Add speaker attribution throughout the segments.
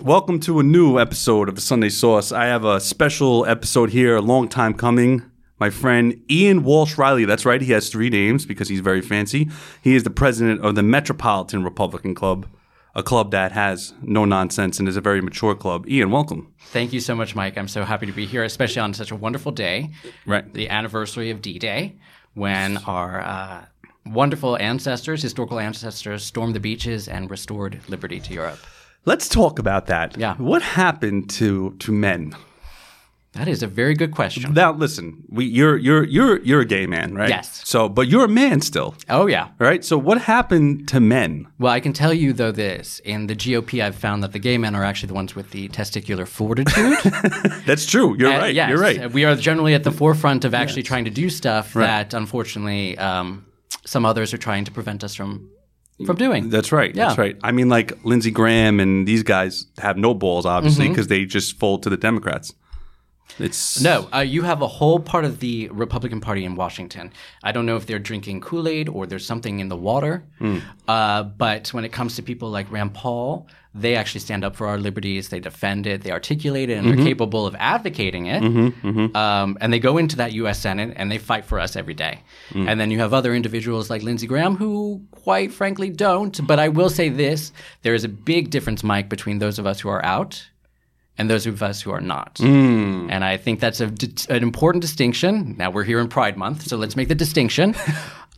Speaker 1: Welcome to a new episode of Sunday Sauce. I have a special episode here, a long time coming. My friend Ian Walsh Riley, that's right, he has three names because he's very fancy. He is the president of the Metropolitan Republican Club, a club that has no nonsense and is a very mature club. Ian, welcome.
Speaker 2: Thank you so much, Mike. I'm so happy to be here, especially on such a wonderful day,
Speaker 1: Right.
Speaker 2: the anniversary of D-Day, when our uh, wonderful ancestors, historical ancestors, stormed the beaches and restored liberty to Europe.
Speaker 1: Let's talk about that.
Speaker 2: Yeah.
Speaker 1: What happened to to men?
Speaker 2: That is a very good question.
Speaker 1: Now listen, we you're you're you're you're a gay man, right?
Speaker 2: Yes.
Speaker 1: So but you're a man still.
Speaker 2: Oh yeah.
Speaker 1: All right. So what happened to men?
Speaker 2: Well, I can tell you though this: in the GOP, I've found that the gay men are actually the ones with the testicular fortitude.
Speaker 1: That's true. You're right.
Speaker 2: Uh, Yes,
Speaker 1: You're right.
Speaker 2: We are generally at the forefront of actually trying to do stuff that, unfortunately, um, some others are trying to prevent us from from doing.
Speaker 1: That's right. That's
Speaker 2: Yeah.
Speaker 1: right. I mean, like Lindsey Graham and these guys have no balls, obviously, because they just fold to the Democrats. It's
Speaker 2: Mm-hmm. No, uh, you have a whole part of the Republican Party in Washington. I don't know if they're drinking Kool Aid or there's something in the water. Uh, but when it comes to people like Rand Paul, they actually stand up for our liberties. They defend it. They articulate it, and they're capable of advocating it. Um, and they go into that U.S. Senate and they fight for us every day. And then you have other individuals like Lindsey Graham who, quite frankly, don't. But I will say this: there is a big difference, Mike, between those of us who are out and those of us who are not. And I think that's a, d- an important distinction. Now we're here in Pride Month, so let's make the distinction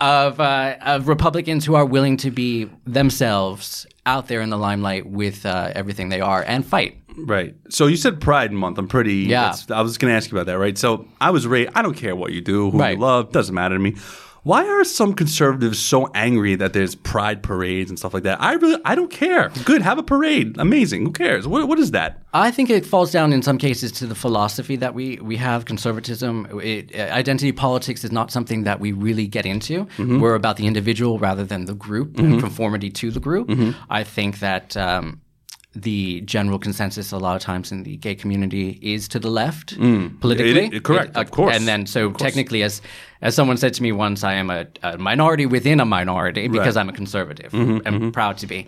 Speaker 2: of, uh, of Republicans who are willing to be themselves out there in the limelight with uh, everything they are and fight.
Speaker 1: right. So you said Pride Month. I'm pretty.
Speaker 2: Yeah.
Speaker 1: that's- I was going to ask you about that, right? So I was raised. I don't care what you do, who
Speaker 2: Right.
Speaker 1: you love, doesn't matter to me. Why are some conservatives so angry that there's pride parades and stuff like that? I really, I don't care. Good, have a parade. Amazing. Who cares? What, what is that?
Speaker 2: I think it falls down in some cases to the philosophy that we, we have conservatism. It, uh, identity politics is not something that we really get into.
Speaker 1: Mm-hmm.
Speaker 2: We're about the individual rather than the group and conformity to the group.
Speaker 1: Mm-hmm.
Speaker 2: I think that um, the general consensus a lot of times in the gay community is to the left politically.
Speaker 1: Mm.
Speaker 2: uh,
Speaker 1: It- it- correct, of course.
Speaker 2: And then so technically, as as someone said to me once, I am a, a minority within a minority because I'm a conservative.
Speaker 1: Mm-hmm,
Speaker 2: I'm proud to be.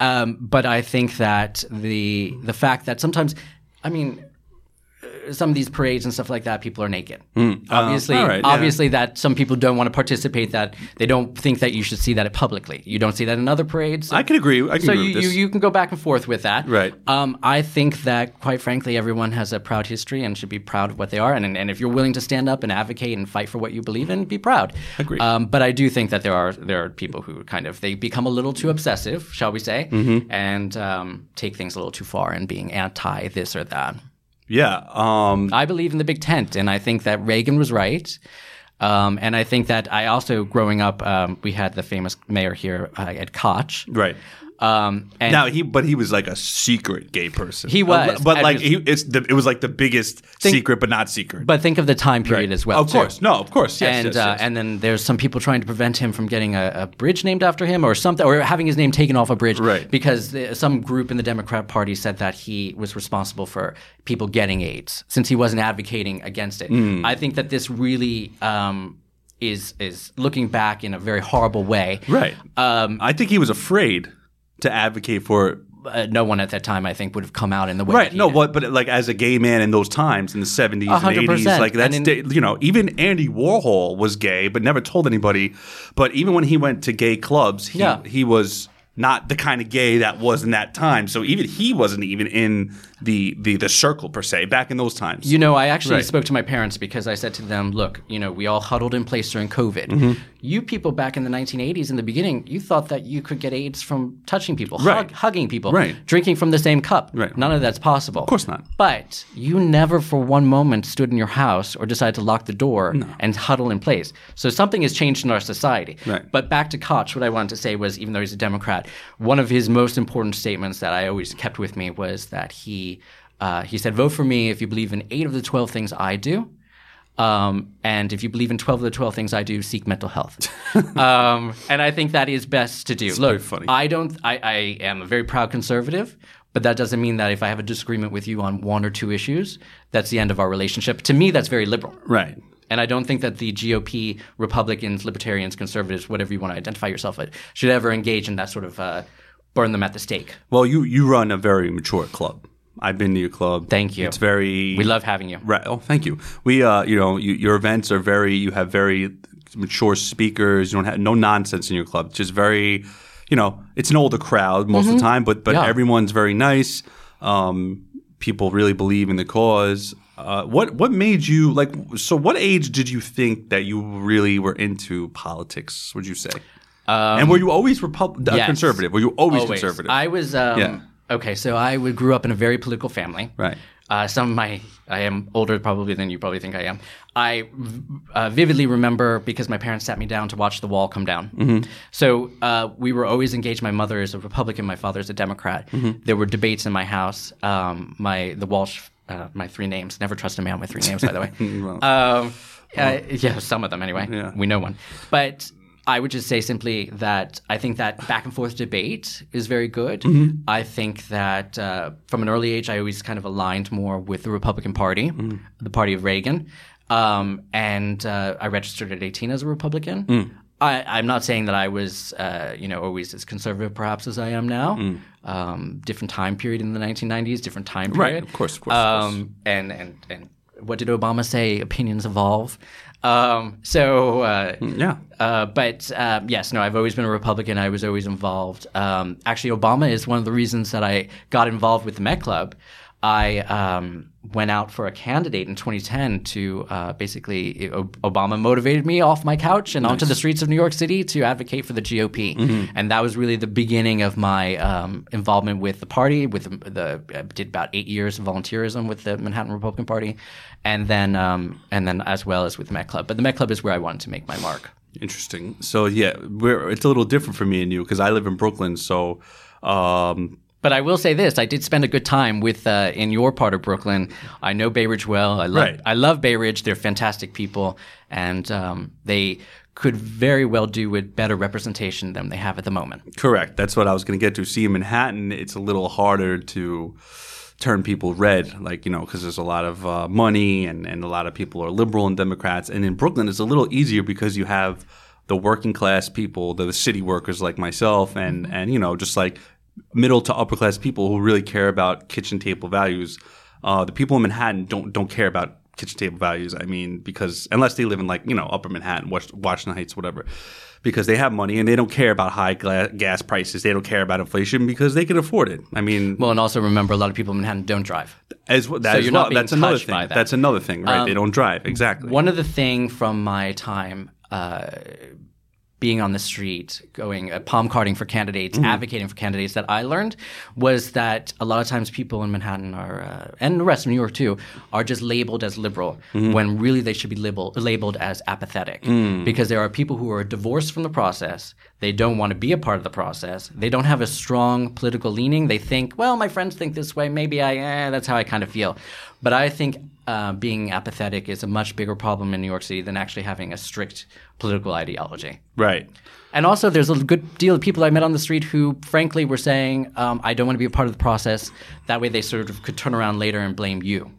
Speaker 2: Um, but I think that the the fact that sometimes, I mean, uh, some of these parades and stuff like that, people are naked. obviously,
Speaker 1: Hmm. Um, all right, yeah.
Speaker 2: obviously that some people don't want to participate. That they don't think that you should see that publicly. You don't see that in other parades.
Speaker 1: I can agree. I can
Speaker 2: So
Speaker 1: agree
Speaker 2: you,
Speaker 1: with
Speaker 2: you,
Speaker 1: this.
Speaker 2: you can go back and forth with that.
Speaker 1: Right.
Speaker 2: Um, I think that, quite frankly, everyone has a proud history and should be proud of what they are. And, and if you're willing to stand up and advocate and fight for what you believe in, be proud.
Speaker 1: Agreed.
Speaker 2: Um, but I do think that there are there are people who kind of they become a little too obsessive, shall we say,
Speaker 1: Mm-hmm.
Speaker 2: and um, take things a little too far and being anti this or that.
Speaker 1: yeah. Um,
Speaker 2: I believe in the big tent, and I think that Reagan was right. Um, and I think that I also, growing up, um, we had the famous mayor here, uh, Ed Koch.
Speaker 1: right.
Speaker 2: Um, and
Speaker 1: Now he, but he was like a secret gay person.
Speaker 2: He was,
Speaker 1: but
Speaker 2: and
Speaker 1: like
Speaker 2: he
Speaker 1: he, it's the, it was like the biggest secret, but not secret.
Speaker 2: But think of the time period as well.
Speaker 1: of
Speaker 2: too.
Speaker 1: course, no, of course, yes,
Speaker 2: and
Speaker 1: yes,
Speaker 2: uh,
Speaker 1: yes.
Speaker 2: and then there's some people trying to prevent him from getting a, a bridge named after him or something, or having his name taken off a bridge,
Speaker 1: Right.
Speaker 2: Because the, some group in the Democrat Party said that he was responsible for people getting AIDS since he wasn't advocating against it.
Speaker 1: Hmm.
Speaker 2: I think that this really. Um, is is looking back in a very horrible way.
Speaker 1: right. Um, I think he was afraid to advocate for it.
Speaker 2: Uh, no one at that time, I think, would have come out in the way.
Speaker 1: Right.
Speaker 2: that he
Speaker 1: No,
Speaker 2: did.
Speaker 1: but but like as a gay man in those times in the seventies and
Speaker 2: hundred
Speaker 1: eighties,
Speaker 2: percent.
Speaker 1: like that's
Speaker 2: And
Speaker 1: da- you know even Andy Warhol was gay, but never told anybody. But even when he went to gay clubs, he
Speaker 2: Yeah.
Speaker 1: he was. Not the kind of gay that was in that time, so even he wasn't even in the the, the circle per se back in those times.
Speaker 2: You know, I actually
Speaker 1: Right.
Speaker 2: spoke to my parents because I said to them, look, you know, we all huddled in place during COVID.
Speaker 1: Mm-hmm.
Speaker 2: You people back in the 1980s, in the beginning, you thought that you could get AIDS from touching people, hug-
Speaker 1: Right.
Speaker 2: hugging people,
Speaker 1: Right.
Speaker 2: drinking from the same cup.
Speaker 1: Right.
Speaker 2: None of that's possible. Of
Speaker 1: course not.
Speaker 2: But you never for one moment stood in your house or decided to lock the door and huddle in place. So something has changed in our society.
Speaker 1: Right.
Speaker 2: But back to Koch, what I wanted to say was even though he's a Democrat, one of his most important statements that I always kept with me was that he uh, he said, "Vote for me if you believe in eight of the twelve things I do." Um, and if you believe in 12 of the 12 things I do, seek mental health. um, and I think that is best to do. Look,
Speaker 1: funny.
Speaker 2: I don't. I, I am a very proud conservative, but that doesn't mean that if I have a disagreement with you on one or two issues, that's the end of our relationship. To me, that's very liberal.
Speaker 1: right.
Speaker 2: And I don't think that the GOP, Republicans, Libertarians, Conservatives, whatever you want to identify yourself as, should ever engage in that sort of uh, burn them at the stake.
Speaker 1: Well, you you run a very mature club. I've been to your club.
Speaker 2: Thank you.
Speaker 1: It's very
Speaker 2: We love having you.
Speaker 1: Right. Oh, thank you. We, uh, you know, you, your events are very. You have very mature speakers. You don't have no nonsense in your club. Just very, you know, it's an older crowd most of the time, but but
Speaker 2: Mm-hmm. Yeah.
Speaker 1: everyone's very nice. Um, people really believe in the cause. Uh, what what made you like? So, what age did you think that you really were into politics? Would you say? and were you always Republican,
Speaker 2: Um, yes.
Speaker 1: conservative? Were you always,
Speaker 2: Always.
Speaker 1: conservative?
Speaker 2: I was. Um,
Speaker 1: Yeah.
Speaker 2: Okay, so I would, grew up in a very political family.
Speaker 1: Right.
Speaker 2: Uh, some of my, I am older probably than you probably think I am. I v- uh, vividly remember because my parents sat me down to watch the wall come down.
Speaker 1: Mm-hmm.
Speaker 2: So uh, we were always engaged. My mother is a Republican, my father is a Democrat.
Speaker 1: Mm-hmm.
Speaker 2: There were debates in my house. Um, my the Walsh, uh, my three names. Never trust a man with three names, by the way. um, uh, yeah, some of them anyway.
Speaker 1: Yeah.
Speaker 2: We know one, but. I would just say simply that I think that back and forth debate is very good.
Speaker 1: Mm-hmm.
Speaker 2: I think that uh, from an early age, I always kind of aligned more with the Republican Party,
Speaker 1: Mm-hmm.
Speaker 2: the party of Reagan. Um, and uh, I registered at 18 as a Republican.
Speaker 1: Mm.
Speaker 2: I, I'm not saying that I was, uh, you know, always as conservative perhaps as I am now.
Speaker 1: Mm.
Speaker 2: Um, different time period in the 1990s, different time
Speaker 1: Right,
Speaker 2: period.
Speaker 1: of course, of course, of course.
Speaker 2: Um, and and and what did Obama say? Opinions evolve. Um, so uh,
Speaker 1: yeah.
Speaker 2: uh, but uh, yes, no, I've always been a Republican. I was always involved. Um, actually, Obama is one of the reasons that I got involved with the Met Club. I um, went out for a candidate in 2010 to uh, basically it- O- Obama motivated me off my couch and onto the streets of New York City to advocate for the GOP, and that was really the beginning of my um, involvement with the party. With the, the I did about eight years of volunteerism with the Manhattan Republican Party, and then um, and then as well as with the Met Club. But the Met Club is where I wanted to make my mark.
Speaker 1: Interesting. So yeah, we're, it's a little different for me and you because I live in Brooklyn. So um,
Speaker 2: But I will say this: I did spend a good time with uh, in your part of Brooklyn. I know Bay Ridge well. I love
Speaker 1: Right.
Speaker 2: I love Bay Ridge. They're fantastic people, and um, they could very well do with better representation than they have at the moment.
Speaker 1: correct. That's what I was going to get to. See, in Manhattan, it's a little harder to turn people red, like you know, because there's a lot of uh, money and and a lot of people are liberal and Democrats. And in Brooklyn, it's a little easier because you have the working class people, the city workers like myself, and and you know, just like middle to upper class people who really care about kitchen table values. Uh, the people in Manhattan don't don't care about kitchen table values. I mean, because unless they live in like you know Upper Manhattan, Wash- Washington Heights, whatever, because they have money and they don't care about high gla- gas prices. They don't care about inflation because they can afford it. I mean,
Speaker 2: Well, and also remember, a lot of people in Manhattan don't drive.
Speaker 1: as well, that as
Speaker 2: you're
Speaker 1: well-
Speaker 2: not being
Speaker 1: that's another
Speaker 2: touched
Speaker 1: thing.
Speaker 2: by that. Um,
Speaker 1: That's another thing, right? they don't drive exactly.
Speaker 2: One of the thing from my time uh, being on the street, going uh, palm carding for candidates, advocating for candidates that I learned was that a lot of times people in Manhattan are uh, and the rest of New York too are just labeled as liberal when really they should be labeled labeled as apathetic because there are people who are divorced from the process. They don't want to be a part of the process. They don't have a strong political leaning. They think, well, my friends think this way. Maybe I, eh, that's how I kind of feel. But I think uh, being apathetic is a much bigger problem in New York City than actually having a strict political ideology.
Speaker 1: right.
Speaker 2: And also, there's a good deal of people I met on the street who, frankly, were saying, um, I don't want to be a part of the process. That way, they sort of could turn around later and blame you.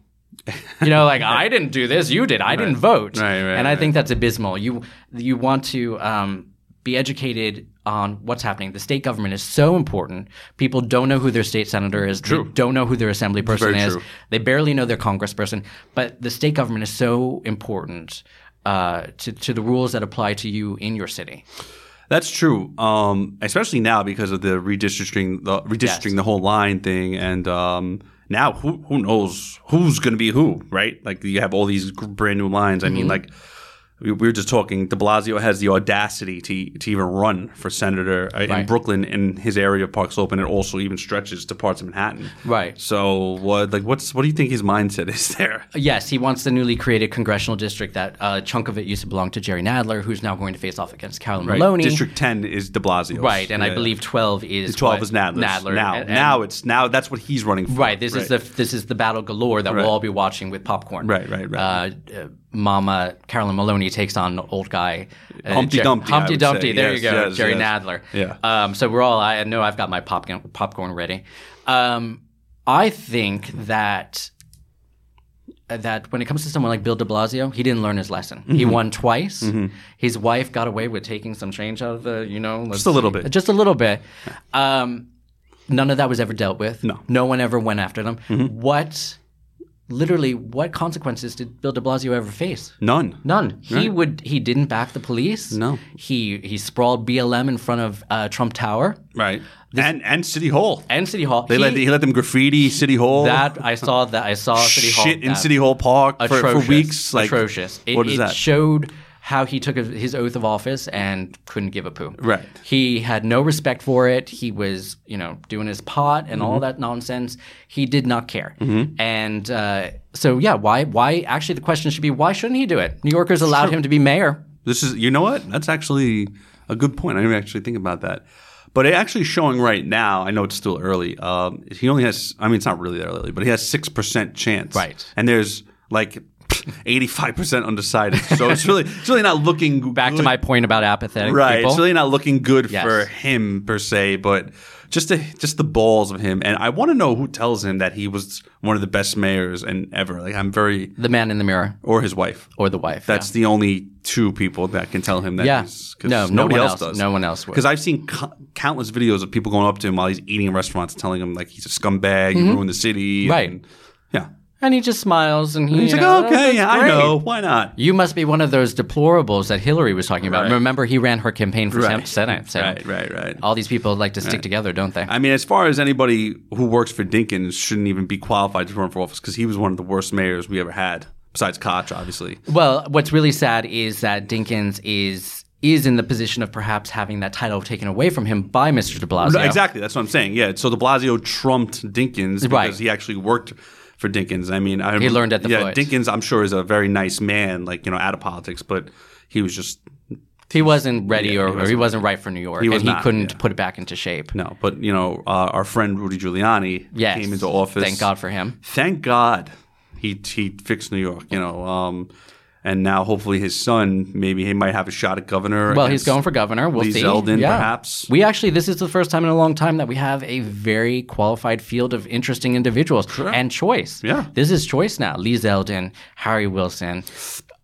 Speaker 2: You know, like I didn't do this, you did. I didn't vote,
Speaker 1: Right, right,
Speaker 2: and I
Speaker 1: right.
Speaker 2: think that's abysmal. You you want to um, be educated on what's happening. The state government is so important. People don't know who their state senator is. They don't know who their assembly person
Speaker 1: very
Speaker 2: is.
Speaker 1: true.
Speaker 2: They barely know their congressperson, but the state government is so important uh, to, to the rules that apply to you in your city.
Speaker 1: That's true, um, especially now because of the redistricting, the redistricting
Speaker 2: Yes.
Speaker 1: the whole line thing, and um, now who who knows who's going to be who, right? Like you have all these gr- brand new lines. I mean,
Speaker 2: Mm-hmm.
Speaker 1: like we, we were just talking. De Blasio has the audacity to to even run for senator uh, in
Speaker 2: Right.
Speaker 1: Brooklyn, in his area of Park Slope, and it also even stretches to parts of Manhattan.
Speaker 2: Right.
Speaker 1: So what like what's what do you think his mindset is there?
Speaker 2: Yes, he wants the newly created congressional district that uh, a chunk of it used to belong to Jerry Nadler, who's now going to face off against Carolyn Maloney.
Speaker 1: District ten is De Blasio.
Speaker 2: right, and I believe 12 is
Speaker 1: 12
Speaker 2: what-
Speaker 1: is Nadler's.
Speaker 2: Nadler.
Speaker 1: Now,
Speaker 2: and- and-
Speaker 1: now it's now that's what he's running for.
Speaker 2: Right, this is the this is the battle galore that
Speaker 1: Right.
Speaker 2: we'll all be watching with popcorn.
Speaker 1: Right, right, right.
Speaker 2: Uh, uh, Mama Carolyn Maloney takes on old guy uh,
Speaker 1: Humpty
Speaker 2: Jer-
Speaker 1: Dumpty, I
Speaker 2: Humpty
Speaker 1: would say.
Speaker 2: Dumpty. There
Speaker 1: Yes,
Speaker 2: you go,
Speaker 1: yes,
Speaker 2: Jerry
Speaker 1: yes.
Speaker 2: Nadler.
Speaker 1: Yeah.
Speaker 2: Um, so we're all. I know I've got my popcorn popcorn ready. Um, I think that that when it comes to someone like Bill de Blasio, he didn't learn his lesson. He
Speaker 1: Mm-hmm.
Speaker 2: won twice. His wife got away with taking some change out of the, you know,
Speaker 1: Just a little bit.
Speaker 2: Just a little bit. Um, None of that was ever dealt with.
Speaker 1: No. Mm-hmm.
Speaker 2: No one ever went after them. What, literally, what consequences did Bill de Blasio ever face?
Speaker 1: None.
Speaker 2: None. He would. He didn't back the police.
Speaker 1: No.
Speaker 2: He he sprawled BLM in front of uh, Trump Tower
Speaker 1: Right. and and City Hall.
Speaker 2: and City Hall.
Speaker 1: They let he let them graffiti City Hall.
Speaker 2: that I saw that I saw City Hall
Speaker 1: shit in
Speaker 2: that.
Speaker 1: City Hall Park for, for
Speaker 2: atrocious,
Speaker 1: weeks. Like
Speaker 2: atrocious. It,
Speaker 1: what is
Speaker 2: it
Speaker 1: that?
Speaker 2: showed how he took his oath of office and couldn't give a poo.
Speaker 1: Right.
Speaker 2: He had no respect for it. He was, you know, doing his pot and
Speaker 1: Mm-hmm.
Speaker 2: all that nonsense. He did not care. And uh, so, yeah, why? Why? Actually, the question should be why shouldn't he do it? New Yorkers allowed him to be mayor.
Speaker 1: This is you know what? That's actually a good point. I didn't actually think about that. But it actually showing right now. I know it's still early. Um, he only has. I mean, it's not really that early, but he has six percent chance.
Speaker 2: Right.
Speaker 1: And there's like eighty five percent undecided. So it's really it's really not looking
Speaker 2: Back to
Speaker 1: good.
Speaker 2: my point about apathetic
Speaker 1: right.
Speaker 2: people.
Speaker 1: It's really not looking good
Speaker 2: Yes.
Speaker 1: for him per se, but just the just the balls of him. And I want to know who tells him that he was one of the best mayors and ever. Like I'm very
Speaker 2: the man in the mirror
Speaker 1: or his wife.
Speaker 2: or the wife.
Speaker 1: That's the only two people that can tell him that.
Speaker 2: Yeah.
Speaker 1: he's-
Speaker 2: No, no
Speaker 1: nobody
Speaker 2: one
Speaker 1: else,
Speaker 2: else-
Speaker 1: does.
Speaker 2: no one else would.
Speaker 1: Because I've seen co- countless videos of people going up to him while he's eating in restaurants, telling him like he's a scumbag, you ruined the city,
Speaker 2: Mm-hmm. Right.
Speaker 1: and- yeah.
Speaker 2: yeah. and he just smiles and he,
Speaker 1: He's
Speaker 2: you
Speaker 1: like, "Oh,
Speaker 2: know,
Speaker 1: okay,
Speaker 2: that's
Speaker 1: yeah, I
Speaker 2: great.
Speaker 1: know. Why not?
Speaker 2: You must be one of those deplorables that Hillary was talking about.
Speaker 1: Right.
Speaker 2: Remember, he ran her campaign for
Speaker 1: Right.
Speaker 2: Senate. So
Speaker 1: Right, right, right.
Speaker 2: all these people like to stick together, don't they?
Speaker 1: I mean, as far as anybody who works for Dinkins shouldn't even be qualified to run for office because he was one of the worst mayors we ever had, besides Koch, obviously.
Speaker 2: well, what's really sad is that Dinkins is is in the position of perhaps having that title taken away from him by Mr. De Blasio.
Speaker 1: Exactly, that's what I'm saying. Yeah, so De Blasio trumped Dinkins because
Speaker 2: Right.
Speaker 1: he actually worked for Dinkins. I mean, I,
Speaker 2: He learned at the
Speaker 1: yeah.
Speaker 2: foot.
Speaker 1: Dinkins, I'm sure, is a very nice man, like you know, out of politics, but he was just
Speaker 2: He wasn't ready, or,
Speaker 1: he
Speaker 2: or he
Speaker 1: wasn't-
Speaker 2: wasn't right for New York,
Speaker 1: was
Speaker 2: and he
Speaker 1: not,
Speaker 2: couldn't
Speaker 1: yeah.
Speaker 2: put it back into shape.
Speaker 1: no. But you know, uh, our friend Rudy Giuliani
Speaker 2: Yes.
Speaker 1: came into office.
Speaker 2: Thank God for him.
Speaker 1: thank God he he fixed New York, you know. Um, and now hopefully his son, maybe he might have a shot at governor.
Speaker 2: Well, he's
Speaker 1: against
Speaker 2: going for governor. We'll
Speaker 1: Lee
Speaker 2: see.
Speaker 1: Zeldin, perhaps.
Speaker 2: We actually, this is the first time in a long time that we have a very qualified field of interesting individuals and choice.
Speaker 1: Yeah.
Speaker 2: This is choice now. Lee Zeldin, Harry Wilson.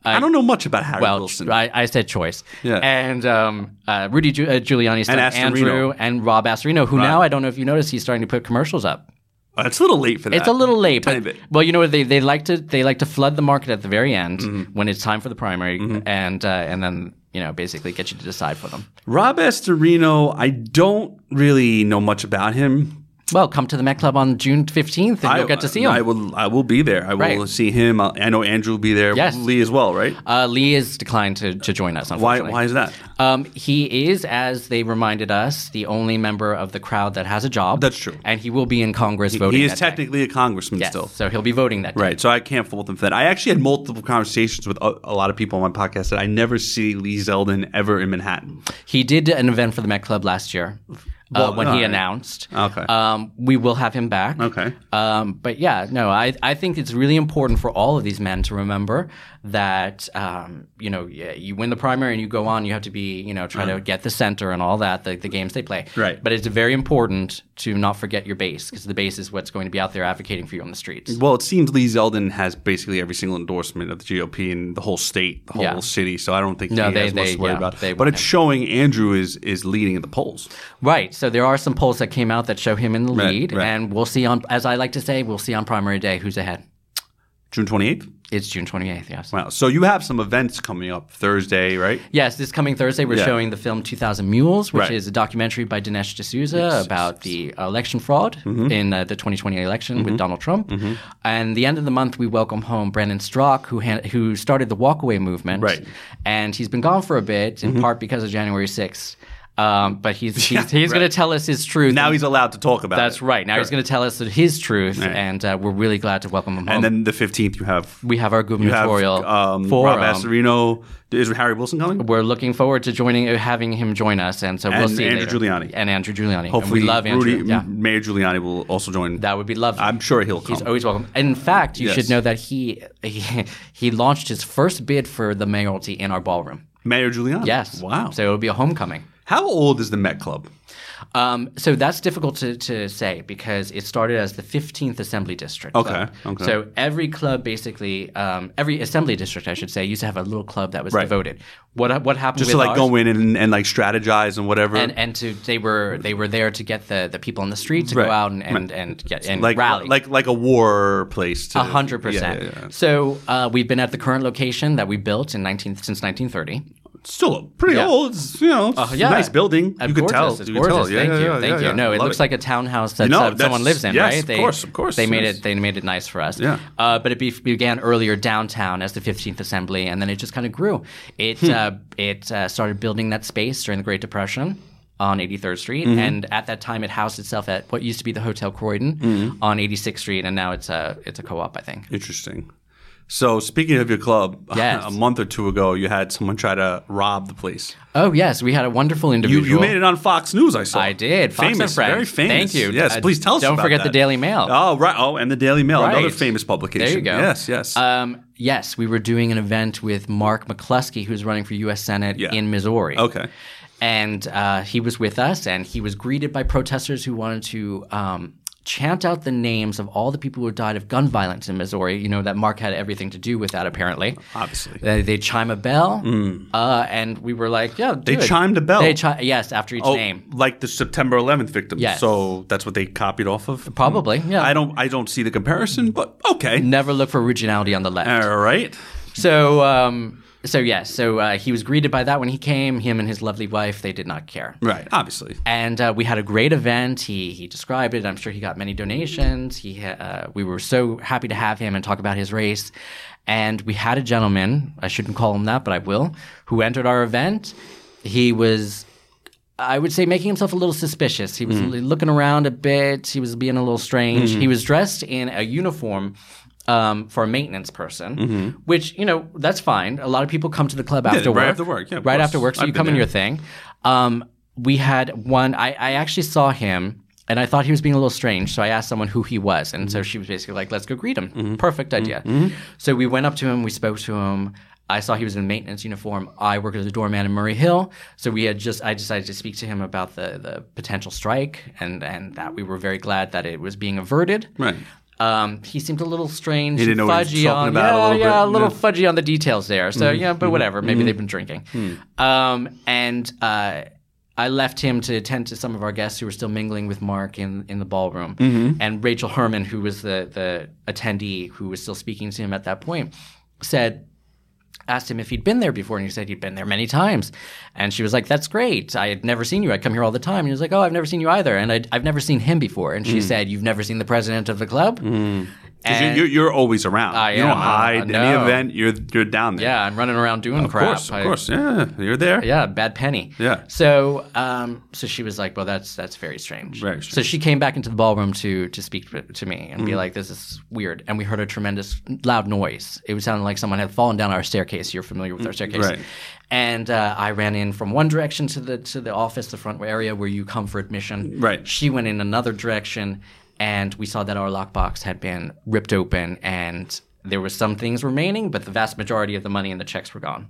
Speaker 1: I don't know much about Harry
Speaker 2: Well,
Speaker 1: Wilson.
Speaker 2: I, I said choice.
Speaker 1: Yeah.
Speaker 2: And um, uh, Rudy Giu- uh, Giuliani's son,
Speaker 1: And Astorino.
Speaker 2: Andrew, and Rob Astorino, who now, I don't know if you noticed, he's starting to put commercials up.
Speaker 1: It's a little late for that.
Speaker 2: It's a little late,
Speaker 1: Uh, Tiny
Speaker 2: but
Speaker 1: bit.
Speaker 2: well, you know what they, they like to they like to flood the market at the very end
Speaker 1: Mm-hmm.
Speaker 2: when it's time for the primary, and uh, and then you know basically get you to decide for them.
Speaker 1: Rob Astorino, I don't really know much about him.
Speaker 2: Well, come to the Met Club on June fifteenth, and
Speaker 1: I,
Speaker 2: you'll get to see him.
Speaker 1: I will. I will be there. I will
Speaker 2: Right.
Speaker 1: see him. Uh, I I know Andrew will be there.
Speaker 2: Yes.
Speaker 1: Lee as well, right?
Speaker 2: uh, Lee has declined to, to join us.
Speaker 1: Why?
Speaker 2: Unfortunately.
Speaker 1: Why is that?
Speaker 2: Um, he is, as they reminded us, the only member of the crowd that has a job.
Speaker 1: That's true.
Speaker 2: And he will be in Congress voting.
Speaker 1: He is
Speaker 2: that day.
Speaker 1: technically a congressman
Speaker 2: Yes,
Speaker 1: still.
Speaker 2: so he'll be voting that day.
Speaker 1: Right. So I can't fault them for that. I actually had multiple conversations with a, a lot of people on my podcast that I never see Lee Zeldin ever in Manhattan.
Speaker 2: He did an event for the Met Club last year uh, when he
Speaker 1: alright.
Speaker 2: announced.
Speaker 1: Okay.
Speaker 2: Um, we will have him back.
Speaker 1: Okay.
Speaker 2: Um, but yeah, no, I, I think it's really important for all of these men to remember that, um, you know, yeah, you win the primary and you go on, you have to be, you know, try to get the center and all that, the, the games they play.
Speaker 1: Uh-huh. Right.
Speaker 2: But it's very important to not forget your base because the base is what's going to be out there advocating for you on the streets.
Speaker 1: Well, it seems Lee Zeldin has basically every single endorsement of the GOP in the whole state, the whole
Speaker 2: Yeah.
Speaker 1: city. So I don't think
Speaker 2: No,
Speaker 1: he
Speaker 2: they-
Speaker 1: has much
Speaker 2: they-
Speaker 1: to worry
Speaker 2: yeah,
Speaker 1: about.
Speaker 2: they
Speaker 1: But
Speaker 2: want
Speaker 1: it's showing Andrew is is leading in the polls.
Speaker 2: Right. So there are some polls that came out that show him in the
Speaker 1: Right,
Speaker 2: lead.
Speaker 1: right.
Speaker 2: And we'll see on, as I like to say, we'll see on primary day who's ahead.
Speaker 1: June twenty eighth.
Speaker 2: It's June 28th, yes.
Speaker 1: Wow. So you have some events coming up Thursday, right?
Speaker 2: Yes, this coming Thursday we're
Speaker 1: Yeah.
Speaker 2: showing the film 2000 Mules, which
Speaker 1: Right.
Speaker 2: is a documentary by Dinesh D'Souza about the election fraud
Speaker 1: Mm-hmm.
Speaker 2: in uh, the 2020 election with Donald Trump. And the end of the month we welcome home Brandon Strzok, who han- who started the Walkaway movement,
Speaker 1: Right. Mm-hmm.
Speaker 2: And he's been gone for a bit, in part because of January 6th. Um, but he's he's, he's going to tell us his truth.
Speaker 1: Now he's allowed to talk about.
Speaker 2: that's
Speaker 1: it.
Speaker 2: right. Now he's going to tell us his truth, and uh, we're really glad to welcome him home.
Speaker 1: And then the fifteenth, you have
Speaker 2: we have
Speaker 1: you
Speaker 2: our
Speaker 1: have
Speaker 2: gubernatorial
Speaker 1: um,
Speaker 2: forum.
Speaker 1: Rob Astorino. Is Harry Wilson coming?
Speaker 2: we're looking forward to joining, uh, having him join us, and so we'll
Speaker 1: And
Speaker 2: see.
Speaker 1: Andrew
Speaker 2: later.
Speaker 1: Giuliani.
Speaker 2: and Andrew Giuliani. And
Speaker 1: Hopefully,
Speaker 2: we love Andrew.
Speaker 1: Rudy,
Speaker 2: yeah,
Speaker 1: Mayor Giuliani will also join.
Speaker 2: that would be lovely.
Speaker 1: I'm sure he'll come.
Speaker 2: He's always welcome. In fact, you
Speaker 1: Yes.
Speaker 2: should know that he, he he launched his first bid for the mayoralty in our ballroom.
Speaker 1: Mayor Giuliani.
Speaker 2: Yes.
Speaker 1: Wow.
Speaker 2: So it'll be a homecoming.
Speaker 1: How old is the Met Club?
Speaker 2: Um, so that's difficult to, to say because it started as the 15th Assembly District.
Speaker 1: Okay,
Speaker 2: Club.
Speaker 1: okay.
Speaker 2: So every club basically, um, every Assembly District, I should say, used to have a little club that was
Speaker 1: Right.
Speaker 2: devoted. What what happened
Speaker 1: Just
Speaker 2: with
Speaker 1: to like
Speaker 2: ours-
Speaker 1: go in and, and like strategize and whatever.
Speaker 2: and and to they were they were there to get the, the people in the street to
Speaker 1: Right.
Speaker 2: go out and and, and get and
Speaker 1: like
Speaker 2: rally
Speaker 1: like like a war place. To,
Speaker 2: a hundred
Speaker 1: Yeah, yeah, yeah.
Speaker 2: percent. So uh, we've been at the current location that we built in 19 since 1930.
Speaker 1: Still pretty
Speaker 2: Yeah.
Speaker 1: old. It's, you know, it's a
Speaker 2: yeah.
Speaker 1: nice building.
Speaker 2: Uh,
Speaker 1: you could
Speaker 2: gorgeous.
Speaker 1: tell.
Speaker 2: It's
Speaker 1: you could tell.
Speaker 2: gorgeous.
Speaker 1: Yeah,
Speaker 2: Thank
Speaker 1: yeah,
Speaker 2: you.
Speaker 1: yeah,
Speaker 2: Thank
Speaker 1: yeah.
Speaker 2: you. No, it
Speaker 1: Love
Speaker 2: looks like a townhouse that
Speaker 1: know,
Speaker 2: uh, someone
Speaker 1: that's-
Speaker 2: lives in,
Speaker 1: yes,
Speaker 2: right?
Speaker 1: of course, of course,
Speaker 2: They made
Speaker 1: yes.
Speaker 2: it. They made it nice for us.
Speaker 1: Yeah.
Speaker 2: Uh, but it be- began earlier downtown as the 15th Assembly, and then it just kind of grew. It
Speaker 1: Hmm.
Speaker 2: uh, it uh, started building that space during the Great Depression. On 83rd Street,
Speaker 1: Mm-hmm.
Speaker 2: and at that time, it housed itself at what used to be the Hotel Croydon
Speaker 1: Mm-hmm.
Speaker 2: on 86th Street, and now it's a it's a co-op, I think.
Speaker 1: Interesting. So speaking of your club,
Speaker 2: Yes.
Speaker 1: a month or two ago, you had someone try to rob the place.
Speaker 2: Oh yes, we had a wonderful
Speaker 1: You,
Speaker 2: individual.
Speaker 1: you made it on Fox News. I saw.
Speaker 2: I did. Fox and
Speaker 1: famous,
Speaker 2: Friends.
Speaker 1: very famous.
Speaker 2: Thank you.
Speaker 1: Yes,
Speaker 2: Uh,
Speaker 1: please tell us.
Speaker 2: don't
Speaker 1: about
Speaker 2: forget the
Speaker 1: that.
Speaker 2: Daily Mail.
Speaker 1: Oh right. Oh, and the Daily Mail, another
Speaker 2: Right.
Speaker 1: famous publication.
Speaker 2: There you go.
Speaker 1: Yes, yes.
Speaker 2: Um, yes, we were doing an event with Mark McCluskey, who's running for U.S. Senate
Speaker 1: Yeah.
Speaker 2: in Missouri.
Speaker 1: Okay.
Speaker 2: And uh, he was with us, and he was greeted by protesters who wanted to um, chant out the names of all the people who died of gun violence in Missouri. You know, that Mark had everything to do with that, apparently.
Speaker 1: Obviously.
Speaker 2: They, they chime a bell, uh, and we were like, yeah,
Speaker 1: Hmm. They chimed a bell?
Speaker 2: They chi- yes, after each
Speaker 1: Oh,
Speaker 2: name.
Speaker 1: like the September 11th victims.
Speaker 2: Yes.
Speaker 1: So that's what they copied off of.
Speaker 2: Probably, yeah.
Speaker 1: Hmm. I don't. I don't see the comparison, but okay.
Speaker 2: Never look for originality on the left.
Speaker 1: All right.
Speaker 2: So, um, so yes, so uh, he was greeted by that when he came. Him and his lovely wife, they did not care.
Speaker 1: Right. Obviously.
Speaker 2: And uh, we had a great event. He he described it. I'm sure he got many donations. He ha- uh, we were so happy to have him and talk about his race. And we had a gentleman. I shouldn't call him that, but I will. Who entered our event? He was I would say making himself a little suspicious. He was l-
Speaker 1: Mm.
Speaker 2: looking around a bit. He was being a little strange. He was dressed in a uniform um, for a maintenance person, which you know that's fine. A lot of people come to the club after
Speaker 1: right
Speaker 2: work.
Speaker 1: after work, Mm-hmm. yeah, of
Speaker 2: right
Speaker 1: course.
Speaker 2: after work. So
Speaker 1: I've
Speaker 2: you
Speaker 1: been
Speaker 2: come in
Speaker 1: there.
Speaker 2: your thing. Um, we had one. I, I actually saw him. And I thought he was being a little strange, so I asked someone who he was, and
Speaker 1: Mm-hmm.
Speaker 2: so she was basically like, "Let's go greet him." Perfect idea. So we went up to him, we spoke to him. I saw he was in maintenance uniform. I work as a doorman in Murray Hill, so we had just I decided to speak to him about the the potential strike, and and that we were very glad that it was being averted.
Speaker 1: Right.
Speaker 2: Um, he seemed a little strange.
Speaker 1: He didn't know
Speaker 2: fudgy
Speaker 1: what he was talking
Speaker 2: on,
Speaker 1: about a
Speaker 2: yeah,
Speaker 1: little
Speaker 2: yeah,
Speaker 1: bit,
Speaker 2: a little
Speaker 1: yeah. Mm-hmm.
Speaker 2: fudgy on the details there. So yeah, but whatever. Maybe they've been drinking.
Speaker 1: Mm.
Speaker 2: Um, and uh, I left him to attend to some of our guests who were still mingling with Mark in in the ballroom,
Speaker 1: Mm-hmm.
Speaker 2: and Rachel Herman, who was the the attendee who was still speaking to him at that point, said asked him if he'd been there before, and he said he'd been there many times. And she was like, "That's great. I had never seen you. I come here all the time." And he was like, "Oh, I've never seen you either, and I'd, I've never seen him before." And she said, "You've never seen the president of the club?"
Speaker 1: Mm. 'Cause you-
Speaker 2: And-
Speaker 1: you're, you're always around.
Speaker 2: I
Speaker 1: you don't
Speaker 2: am, uh,
Speaker 1: hide any
Speaker 2: no.
Speaker 1: event. You're you're down there.
Speaker 2: yeah, I'm running around doing
Speaker 1: Of
Speaker 2: crap.
Speaker 1: course. Of
Speaker 2: I-
Speaker 1: course. Yeah. You're there.
Speaker 2: yeah, bad penny.
Speaker 1: Yeah.
Speaker 2: So, um, so she was like, "Well, that's that's very strange."
Speaker 1: Very Mm-hmm.
Speaker 2: So she came back into the ballroom to to speak to- to me and be like, "This is weird." And we heard a tremendous loud noise. It sounded like someone had fallen down our staircase. You're familiar with our staircase,
Speaker 1: Mm, Right.
Speaker 2: And uh, I ran in from one direction to the to the office, the front area where you come for admission.
Speaker 1: Right.
Speaker 2: She went in another direction, and we saw that our lockbox had been ripped open, and there were some things remaining, but the vast majority of the money and the checks were gone.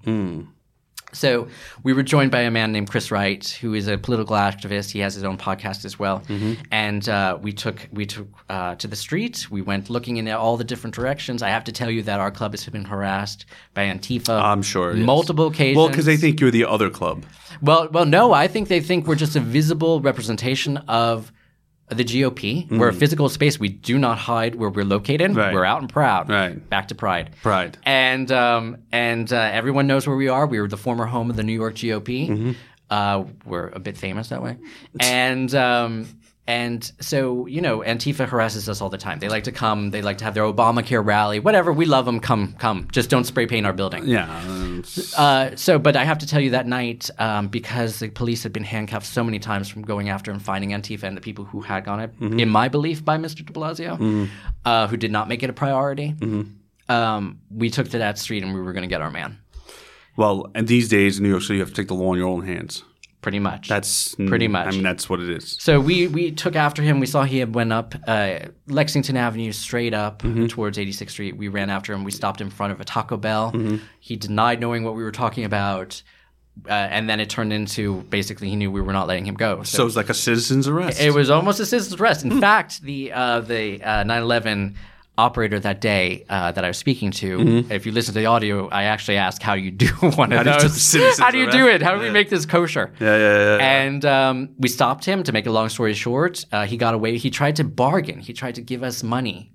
Speaker 2: So we were joined by a man named Chris Wright, who is a political activist. He has his own podcast as well.
Speaker 1: Mm-hmm.
Speaker 2: And uh, we took we took uh, to the street. We went looking in all the different directions. I have to tell you that our club has been harassed by Antifa.
Speaker 1: I'm sure, yes.
Speaker 2: multiple occasions.
Speaker 1: Well, because they think you're the other club.
Speaker 2: Well, well, no, I think they think we're just a visible representation of the GOP. We're a physical space. We do not hide where we're located.
Speaker 1: Mm-hmm. Right.
Speaker 2: We're out and proud.
Speaker 1: Right.
Speaker 2: Back to pride.
Speaker 1: Pride.
Speaker 2: And um, and uh, everyone knows where we are. We were the former home of the New York GOP.
Speaker 1: Mm-hmm.
Speaker 2: Uh, we're a bit famous that way. And um, and so you know, Antifa harasses us all the time. They like to come. They like to have their Obamacare rally. Whatever. We love them. Come, come. Just don't spray paint our building.
Speaker 1: Yeah. um,
Speaker 2: Uh, so, but I have to tell you that night, um, because the police had been handcuffed so many times from going after and finding Antifa and the people who had gone it, in my belief, by Mr. de Blasio, uh, who did not make it a priority, um, we took to that street and we were going to get our man,
Speaker 1: Well, and these days in New York City, you have to take the law in your own hands.
Speaker 2: pretty much.
Speaker 1: That's
Speaker 2: Pretty much.
Speaker 1: I mean, that's what it is.
Speaker 2: So we we took after him. We saw he had went up uh, Lexington Avenue straight up towards 86th Street. We ran after him. We stopped in front of a Taco Bell. He denied knowing what we were talking about. uh, and then it turned into basically he knew we were not letting him go.
Speaker 1: So it's like a citizen's arrest.
Speaker 2: It was almost a citizen's arrest. In fact, the uh, the uh, 9/11 operator that day uh, that I was speaking to, if you listen to the audio, I actually asked how you do one
Speaker 1: Mm-hmm.
Speaker 2: of
Speaker 1: do you do
Speaker 2: those.
Speaker 1: citizen's
Speaker 2: how do you do
Speaker 1: arrest?
Speaker 2: it? How do we make this kosher?
Speaker 1: yeah, yeah, yeah, yeah.
Speaker 2: And um, we stopped him. To make a long story short, uh, he got away. He tried to bargain. He tried to give us money.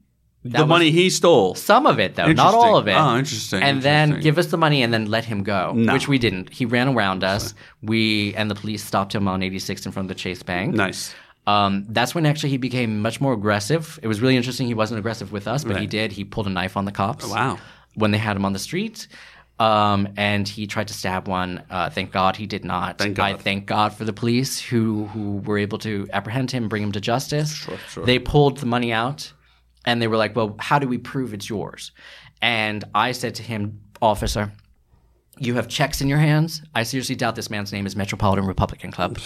Speaker 1: the money he stole.
Speaker 2: Some of it, though, not all of it.
Speaker 1: Interesting. Oh, interesting,
Speaker 2: And then
Speaker 1: interesting.
Speaker 2: give us the money and then let him go, which we didn't. He ran around us. We and the police stopped him on 86 in front of the Chase Bank.
Speaker 1: Nice.
Speaker 2: Um, that's when actually he became much more aggressive. It was really interesting. He wasn't aggressive with us, but he did. He pulled a knife on the cops.
Speaker 1: Oh, wow.
Speaker 2: When they had him on the street. Um, and he tried to stab one. Uh, thank God he did not. Thank
Speaker 1: God.
Speaker 2: I thank God for the police who who were able to apprehend him, bring him to justice. They pulled the money out, and they were like, "Well, how do we prove it's yours?" And I said to him, "Officer, you have checks in your hands. I seriously doubt this man's name is Metropolitan Republican Club."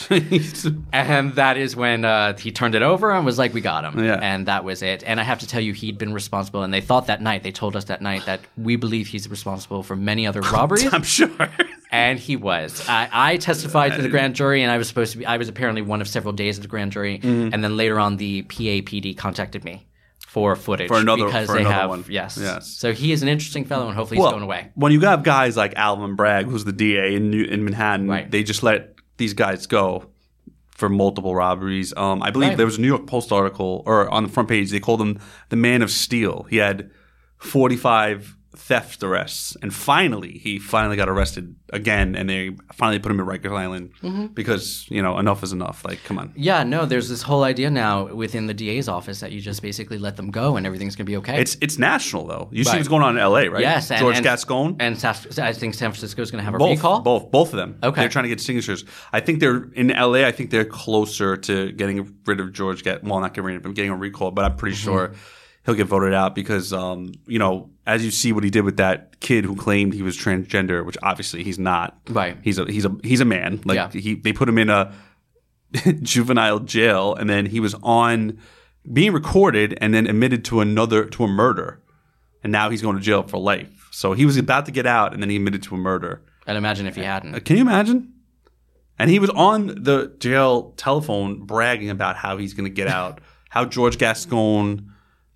Speaker 2: And that is when uh, he turned it over and was like, "We got him,"
Speaker 1: Yeah.
Speaker 2: and that was it. And I have to tell you, he'd been responsible. And they thought that night, they told us that night that we believe he's responsible for many other robberies,
Speaker 1: I'm sure.
Speaker 2: and he was. I, I testified to the grand jury, and I was supposed to be. I was apparently one of several days of the grand jury,
Speaker 1: Mm-hmm.
Speaker 2: and then later on, the PAPD contacted me for footage
Speaker 1: For another-
Speaker 2: because
Speaker 1: for
Speaker 2: they
Speaker 1: another
Speaker 2: have
Speaker 1: one.
Speaker 2: Yes.
Speaker 1: Yes.
Speaker 2: So he is an interesting fellow, and hopefully he's going away.
Speaker 1: When you have guys like Alvin Bragg, who's the DA in New, in Manhattan,
Speaker 2: Right.
Speaker 1: they just let these guys go for multiple robberies. Um, I believe there was a New York Post article or on the front page they called him the Man of Steel. He had 45 theft arrests, and finally he finally got arrested again, and they finally put him in Rikers Island because you know enough is enough. Like, come on.
Speaker 2: Mm-hmm. Yeah, no, there's this whole idea now within the DA's office that you just basically let them go and everything's going to be okay.
Speaker 1: It's it's national though. You see
Speaker 2: Right.
Speaker 1: what's going on in L.A. right?
Speaker 2: Yes, and-
Speaker 1: George
Speaker 2: and-
Speaker 1: Gascon
Speaker 2: And Sas- I think San Francisco's going to have a
Speaker 1: both,
Speaker 2: recall.
Speaker 1: Both, both of them.
Speaker 2: Okay.
Speaker 1: They're trying to get signatures. I think they're in LA. I think they're closer to getting rid of George. Get well, not getting rid of him, getting a recall. But I'm
Speaker 2: Mm-hmm.
Speaker 1: pretty sure he'll get voted out because, um, you know, as you see what he did with that kid who claimed he was transgender, which obviously he's not.
Speaker 2: Right.
Speaker 1: He's a he's a he's a man. Like
Speaker 2: Yeah.
Speaker 1: he, they put him in a juvenile jail, and then he was on being recorded, and then admitted to another to a murder, and now he's going to jail for life. So he was about to get out, and then he admitted to a murder.
Speaker 2: I'd imagine
Speaker 1: Uh,
Speaker 2: if he hadn't.
Speaker 1: Can you imagine? And he was on the jail telephone bragging about how he's going to get out, how George Gascon,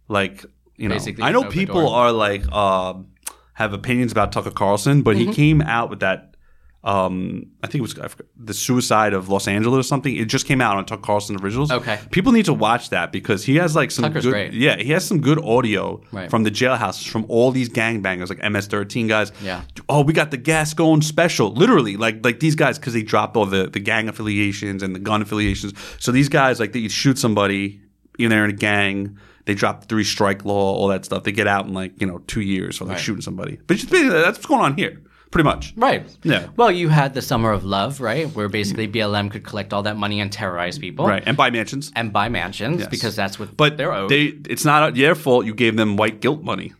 Speaker 1: like, you know,
Speaker 2: Basically
Speaker 1: I know
Speaker 2: opened the
Speaker 1: people
Speaker 2: door.
Speaker 1: are like, um have opinions about Tucker Carlson, but he came out with that. Um, I think it was I forgot- the suicide of Los Angeles or something. It just came out on Tucker Carlson originals.
Speaker 2: Okay.
Speaker 1: people need to watch that because he has like some
Speaker 2: Tucker's
Speaker 1: good,
Speaker 2: great.
Speaker 1: yeah, he has some good audio
Speaker 2: Right.
Speaker 1: from the jailhouses from all these gangbangers like MS13 guys.
Speaker 2: Yeah.
Speaker 1: Oh, we got the Gascon special. Literally, like like these guys because they dropped all the the gang affiliations and the gun affiliations. So these guys like they shoot somebody, you know, they're in a gang. They drop the three strike law, all that stuff. They get out in like you know two years for like shooting somebody. But just, that's what's going on here, pretty much.
Speaker 2: Right.
Speaker 1: Yeah.
Speaker 2: Well, you had the Summer of Love, right? Where basically BLM could collect all that money and terrorize people.
Speaker 1: Right. And buy mansions.
Speaker 2: And buy mansions because that's what
Speaker 1: But
Speaker 2: they're owed.
Speaker 1: they, it's not their fault. You gave them white guilt money.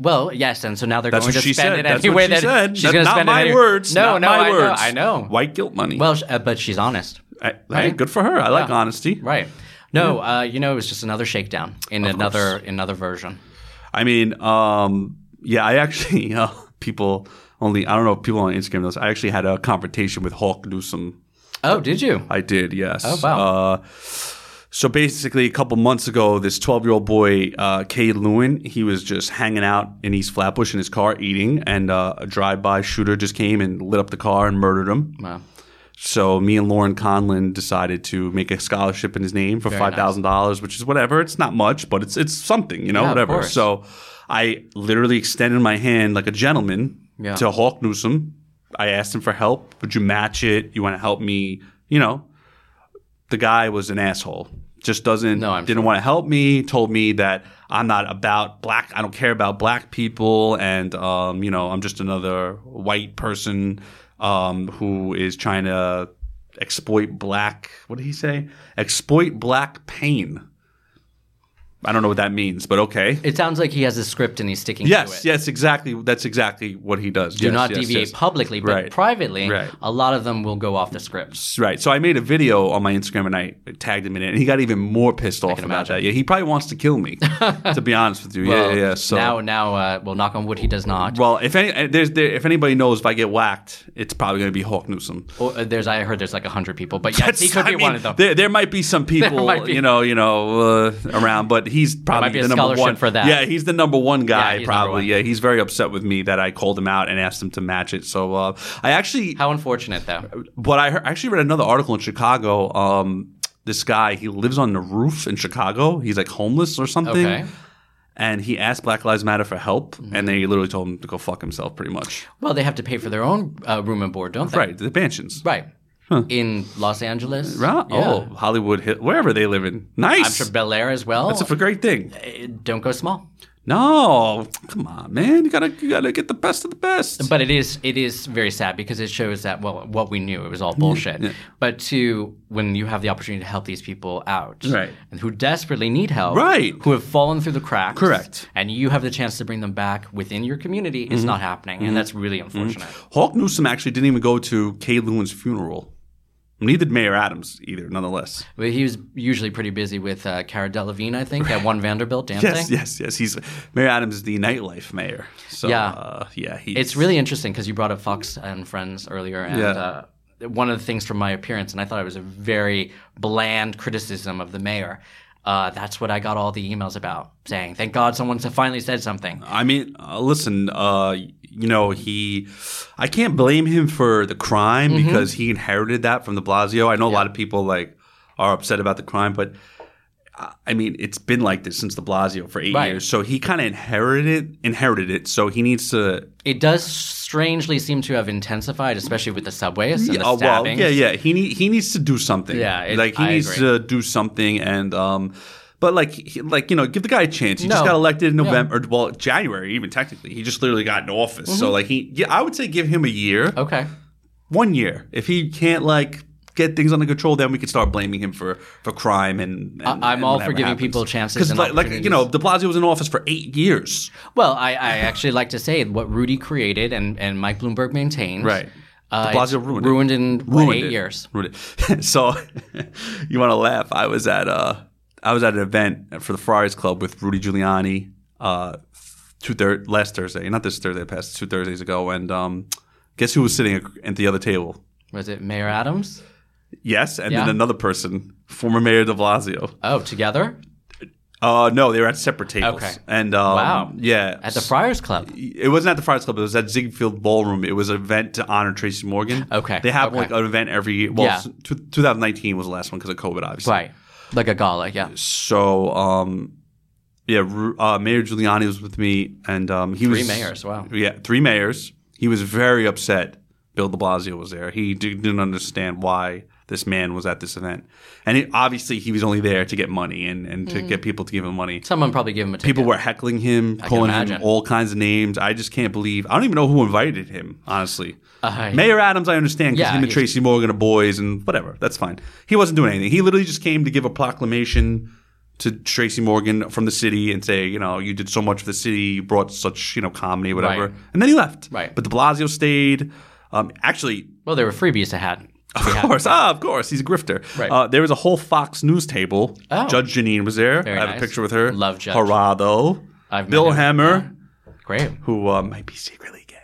Speaker 2: well, yes, and so now they're
Speaker 1: That's
Speaker 2: going
Speaker 1: what
Speaker 2: to
Speaker 1: she
Speaker 2: spend
Speaker 1: said.
Speaker 2: it
Speaker 1: That's
Speaker 2: any
Speaker 1: what
Speaker 2: way
Speaker 1: she
Speaker 2: that
Speaker 1: said.
Speaker 2: she's
Speaker 1: That's
Speaker 2: going to
Speaker 1: not
Speaker 2: spend
Speaker 1: my
Speaker 2: it any-
Speaker 1: words.
Speaker 2: No,
Speaker 1: not
Speaker 2: no,
Speaker 1: my
Speaker 2: I
Speaker 1: words.
Speaker 2: know. I know.
Speaker 1: White guilt money.
Speaker 2: Well, sh- uh, but she's honest.
Speaker 1: I, hey, good for her. I like honesty.
Speaker 2: Right. No, uh, you know, it was just another shakedown in another another version.
Speaker 1: I mean, um, yeah, I actually uh, people only I don't know if people on Instagram knows. I actually had a confrontation with Hulk Newsom.
Speaker 2: Oh, did you?
Speaker 1: I did, yes.
Speaker 2: Oh, wow.
Speaker 1: Uh, so basically, a couple months ago, this 12 year old boy, uh, Cade Lewin, he was just hanging out in East Flatbush in his car eating, and uh, a drive by shooter just came and lit up the car and murdered him.
Speaker 2: Wow.
Speaker 1: So me and Lauren Conlin decided to make a scholarship in his name for five thousand dollars, which is whatever. It's not much, but it's it's something, you know,
Speaker 2: Yeah, of
Speaker 1: whatever.
Speaker 2: course.
Speaker 1: So I literally extended my hand like a gentleman
Speaker 2: Yeah.
Speaker 1: to Hawk Newsom. I asked him for help. Would you match it? You want to help me? You know, the guy was an asshole. Just doesn't
Speaker 2: No, I'm
Speaker 1: didn't want to help me. Told me that I'm not about black. I don't care about black people, and um, you know, I'm just another white person um, who is trying to exploit black. What did he say? Exploit black pain. I don't know what that means, but okay.
Speaker 2: It sounds like he has a script and he's sticking
Speaker 1: Yes,
Speaker 2: to it.
Speaker 1: yes, exactly. That's exactly what he does.
Speaker 2: Do not deviate publicly, but
Speaker 1: Right.
Speaker 2: privately,
Speaker 1: Right.
Speaker 2: a lot of them will go off the script.
Speaker 1: Right. So I made a video on my Instagram and I tagged him in it, and he got even more pissed off about
Speaker 2: imagine.
Speaker 1: that. Yeah, he probably wants to kill me, to be honest with you. yeah,
Speaker 2: Well,
Speaker 1: yeah, yeah. So
Speaker 2: now, now, uh, well, knock on wood, he does not.
Speaker 1: well, if any, there's there, if anybody knows if I get whacked, it's probably going to be Hawk Newsom.
Speaker 2: Or, uh, there's, I heard there's like hundred people, but yes, he
Speaker 1: That's-
Speaker 2: could
Speaker 1: I
Speaker 2: be
Speaker 1: mean,
Speaker 2: one of them.
Speaker 1: There, there might be some people,
Speaker 2: might be.
Speaker 1: you know, you know, uh, around, but he's probably
Speaker 2: might be a
Speaker 1: the number
Speaker 2: scholarship
Speaker 1: one
Speaker 2: for that.
Speaker 1: Yeah, he's the number one guy.
Speaker 2: he's number
Speaker 1: probably.
Speaker 2: one.
Speaker 1: Yeah, he's very upset with me that I called him out and asked him to match it. So uh, I actually,
Speaker 2: How unfortunate, though.
Speaker 1: but I, heard, I actually read another article in Chicago. Um, this guy, he lives on the roof in Chicago. He's like homeless or something.
Speaker 2: Okay. Mm-hmm.
Speaker 1: And he asked Black Lives Matter for help, and they literally told him to go fuck himself, pretty much.
Speaker 2: Well, they have to pay for their own uh, room and board, don't they?
Speaker 1: Right, the mansions.
Speaker 2: Right. In Los Angeles.
Speaker 1: Right.
Speaker 2: Yeah.
Speaker 1: Oh, Hollywood, Hill- wherever they live in. Nice.
Speaker 2: I'm sure Bel Air as well.
Speaker 1: That's a great thing.
Speaker 2: Uh, Don't go small.
Speaker 1: No, come on, man. You gotta, you gotta get the best of the best.
Speaker 2: But it is it is very sad because it shows that well what we knew it was all bullshit. But two, when you have the opportunity to help these people out,
Speaker 1: Right.
Speaker 2: and who desperately need help,
Speaker 1: Right.
Speaker 2: who have fallen through the cracks,
Speaker 1: Correct. Mm-hmm.
Speaker 2: and you have the chance to bring them back within your community, it's not happening, and that's really unfortunate.
Speaker 1: Hawk Newsom actually didn't even go to Kay Lewin's funeral. Neither did Mayor Adams either, nonetheless.
Speaker 2: But he was usually pretty busy with uh, Cara Delevingne, I think, at One Vanderbilt dancing.
Speaker 1: Yes, yes, yes. He's Mayor Adams is the nightlife mayor. So
Speaker 2: Yeah.
Speaker 1: uh, yeah, he
Speaker 2: It's really interesting because you brought up Fox and Friends earlier, and
Speaker 1: Yeah.
Speaker 2: uh, one of the things from my appearance, and I thought it was a very bland criticism of the mayor. Uh, that's what I got all the emails about, saying, "Thank God someone finally said something."
Speaker 1: I mean, uh, listen, uh, you know, he, I can't blame him for the crime
Speaker 2: Mm-hmm.
Speaker 1: because he inherited that from De Blasio. I know a lot of people like are upset about the crime, but I- I mean, it's been like this since De Blasio for eight
Speaker 2: Right.
Speaker 1: years. So he kind of inherited inherited it. So he needs to.
Speaker 2: It does strangely seem to have intensified, especially with the subways and
Speaker 1: Oh,
Speaker 2: the
Speaker 1: well,
Speaker 2: stabbings.
Speaker 1: yeah, yeah. He need, he needs to do something.
Speaker 2: Yeah, it-
Speaker 1: like he
Speaker 2: I
Speaker 1: needs to
Speaker 2: agree.
Speaker 1: do something and um. But like, he, like you know, give the guy a chance. He just
Speaker 2: No.
Speaker 1: got elected in November, or well, January even technically. He just literally got in office. So like, he, yeah, I would say give him a year.
Speaker 2: Mm-hmm. Okay.
Speaker 1: one year. If he can't like get things under control, then we can start blaming him for for crime and. and
Speaker 2: I- I'm
Speaker 1: and
Speaker 2: all
Speaker 1: whatever
Speaker 2: for giving
Speaker 1: happens.
Speaker 2: people chances
Speaker 1: 'Cause
Speaker 2: and
Speaker 1: like, like you know, De Blasio was in office for eight years.
Speaker 2: Well, I, I actually like to say what Rudy created and, and Mike Bloomberg maintains.
Speaker 1: Right.
Speaker 2: Uh,
Speaker 1: De Blasio
Speaker 2: it's
Speaker 1: ruined it.
Speaker 2: ruined in what,
Speaker 1: Ruined
Speaker 2: eight
Speaker 1: it.
Speaker 2: years.
Speaker 1: Ruined it. so, you want to laugh? I was at uh, I was at an event for the Friars Club with Rudy Giuliani. Uh, two thir- last Thursday, not this Thursday, past two Thursdays ago, and um, guess who was sitting at the other table?
Speaker 2: Was it Mayor Adams?
Speaker 1: Yes, and then
Speaker 2: Yeah.
Speaker 1: another person, former Mayor De Blasio.
Speaker 2: Oh, together
Speaker 1: Uh, no, they were at separate tables.
Speaker 2: Okay.
Speaker 1: And um,
Speaker 2: Wow.
Speaker 1: yeah,
Speaker 2: at the Friars Club.
Speaker 1: it wasn't at the Friars Club. It was at Ziegfeld Ballroom. It was an event to honor Tracy Morgan.
Speaker 2: Okay,
Speaker 1: They have
Speaker 2: okay.
Speaker 1: like an event every year. Well,
Speaker 2: Yeah.
Speaker 1: s- tw 2019 was the last one because of COVID, obviously.
Speaker 2: Right. Like a gala, yeah.
Speaker 1: So, um, yeah, Ru- uh, Mayor Giuliani was with me, and um, he was
Speaker 2: Three mayors, wow.
Speaker 1: Yeah, three mayors. He was very upset. Bill De Blasio was there. He di- didn't understand why this man was at this event, and it, obviously he was only there to get money and, and to
Speaker 2: Mm.
Speaker 1: get people to give him money.
Speaker 2: Someone probably gave him a ticket.
Speaker 1: People were heckling him, calling him
Speaker 2: imagine.
Speaker 1: all kinds of names. I just can't believe. I don't even know who invited him, honestly.
Speaker 2: I-
Speaker 1: Mayor Adams, I understand because
Speaker 2: Uh, Yeah,
Speaker 1: him and
Speaker 2: he's-
Speaker 1: Tracy Morgan are boys and whatever. That's fine. He wasn't doing anything. He literally just came to give a proclamation to Tracy Morgan from the city and say, you know, you did so much for the city, you brought such, you know, comedy, whatever.
Speaker 2: Right.
Speaker 1: And then he left.
Speaker 2: Right.
Speaker 1: But De Blasio stayed. Um, actually,
Speaker 2: well, there were freebies I had.
Speaker 1: of course, ah, of course, he's a grifter.
Speaker 2: Right.
Speaker 1: Uh, there was a whole Fox News table.
Speaker 2: Oh.
Speaker 1: Judge Janine was there.
Speaker 2: Very
Speaker 1: I have a
Speaker 2: nice.
Speaker 1: picture with her.
Speaker 2: Love Judge.
Speaker 1: Gerardo.
Speaker 2: I've met
Speaker 1: Bill
Speaker 2: him.
Speaker 1: Hammer,
Speaker 2: Great.
Speaker 1: who uh, might be secretly gay.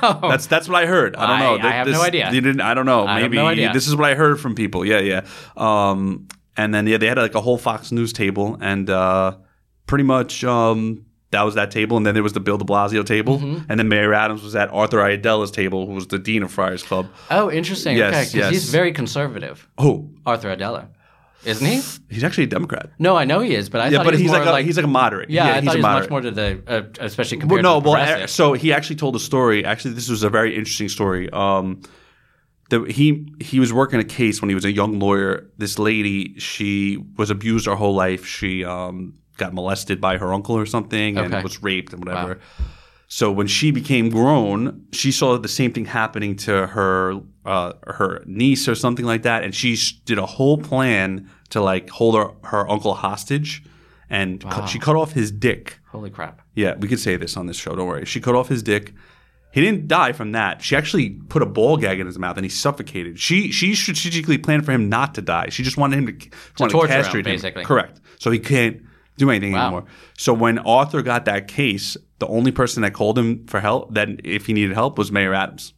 Speaker 1: That's that's what I heard. I don't
Speaker 2: Oh. I-
Speaker 1: know.
Speaker 2: I have no
Speaker 1: This-
Speaker 2: idea.
Speaker 1: You didn't. I don't know.
Speaker 2: I have
Speaker 1: Maybe
Speaker 2: no idea.
Speaker 1: this is what I heard from people. Yeah, yeah. Um, and then yeah, they had like a whole Fox News table, and uh, pretty much um, that was that table. And then there was the Bill De Blasio table,
Speaker 2: Mm-hmm.
Speaker 1: and then Mayor Adams was at Arthur Iadella's table, who was the dean of Friars Club.
Speaker 2: Oh, interesting.
Speaker 1: Yes,
Speaker 2: okay, because
Speaker 1: yes.
Speaker 2: he's very conservative,
Speaker 1: Oh,
Speaker 2: Arthur Adela. Isn't he?
Speaker 1: he's actually a Democrat.
Speaker 2: No, I know he is, but I
Speaker 1: Yeah,
Speaker 2: thought
Speaker 1: but
Speaker 2: he
Speaker 1: he's
Speaker 2: was
Speaker 1: like,
Speaker 2: more
Speaker 1: a,
Speaker 2: like
Speaker 1: he's like a moderate.
Speaker 2: yeah, I
Speaker 1: he's
Speaker 2: thought
Speaker 1: a
Speaker 2: he was
Speaker 1: moderate.
Speaker 2: much more to the uh, especially
Speaker 1: Well,
Speaker 2: compared
Speaker 1: no,
Speaker 2: to
Speaker 1: well,
Speaker 2: progressive.
Speaker 1: uh, so he actually told a story. Actually, this was a very interesting story. Um, the, he he was working a case when he was a young lawyer. This lady, she was abused her whole life. She um, got molested by her uncle or something,
Speaker 2: Okay.
Speaker 1: and was raped and whatever. So when she became grown, she saw the same thing happening to her uh, her niece or something like that, and she sh- did a whole plan to like hold her, her uncle hostage and cut, she cut off his dick.
Speaker 2: Holy crap.
Speaker 1: Yeah, we could say this on this show. Don't worry. She cut off his dick. He didn't die from that. She actually put a ball gag in his mouth and he suffocated. She she strategically planned for him not to die. She just wanted him to, wanted
Speaker 2: torture him,
Speaker 1: castrate
Speaker 2: basically.
Speaker 1: Correct. So he can't do anything anymore. So when Arthur got that case, the only person that called him for help, that if he needed help, was Mayor Adams.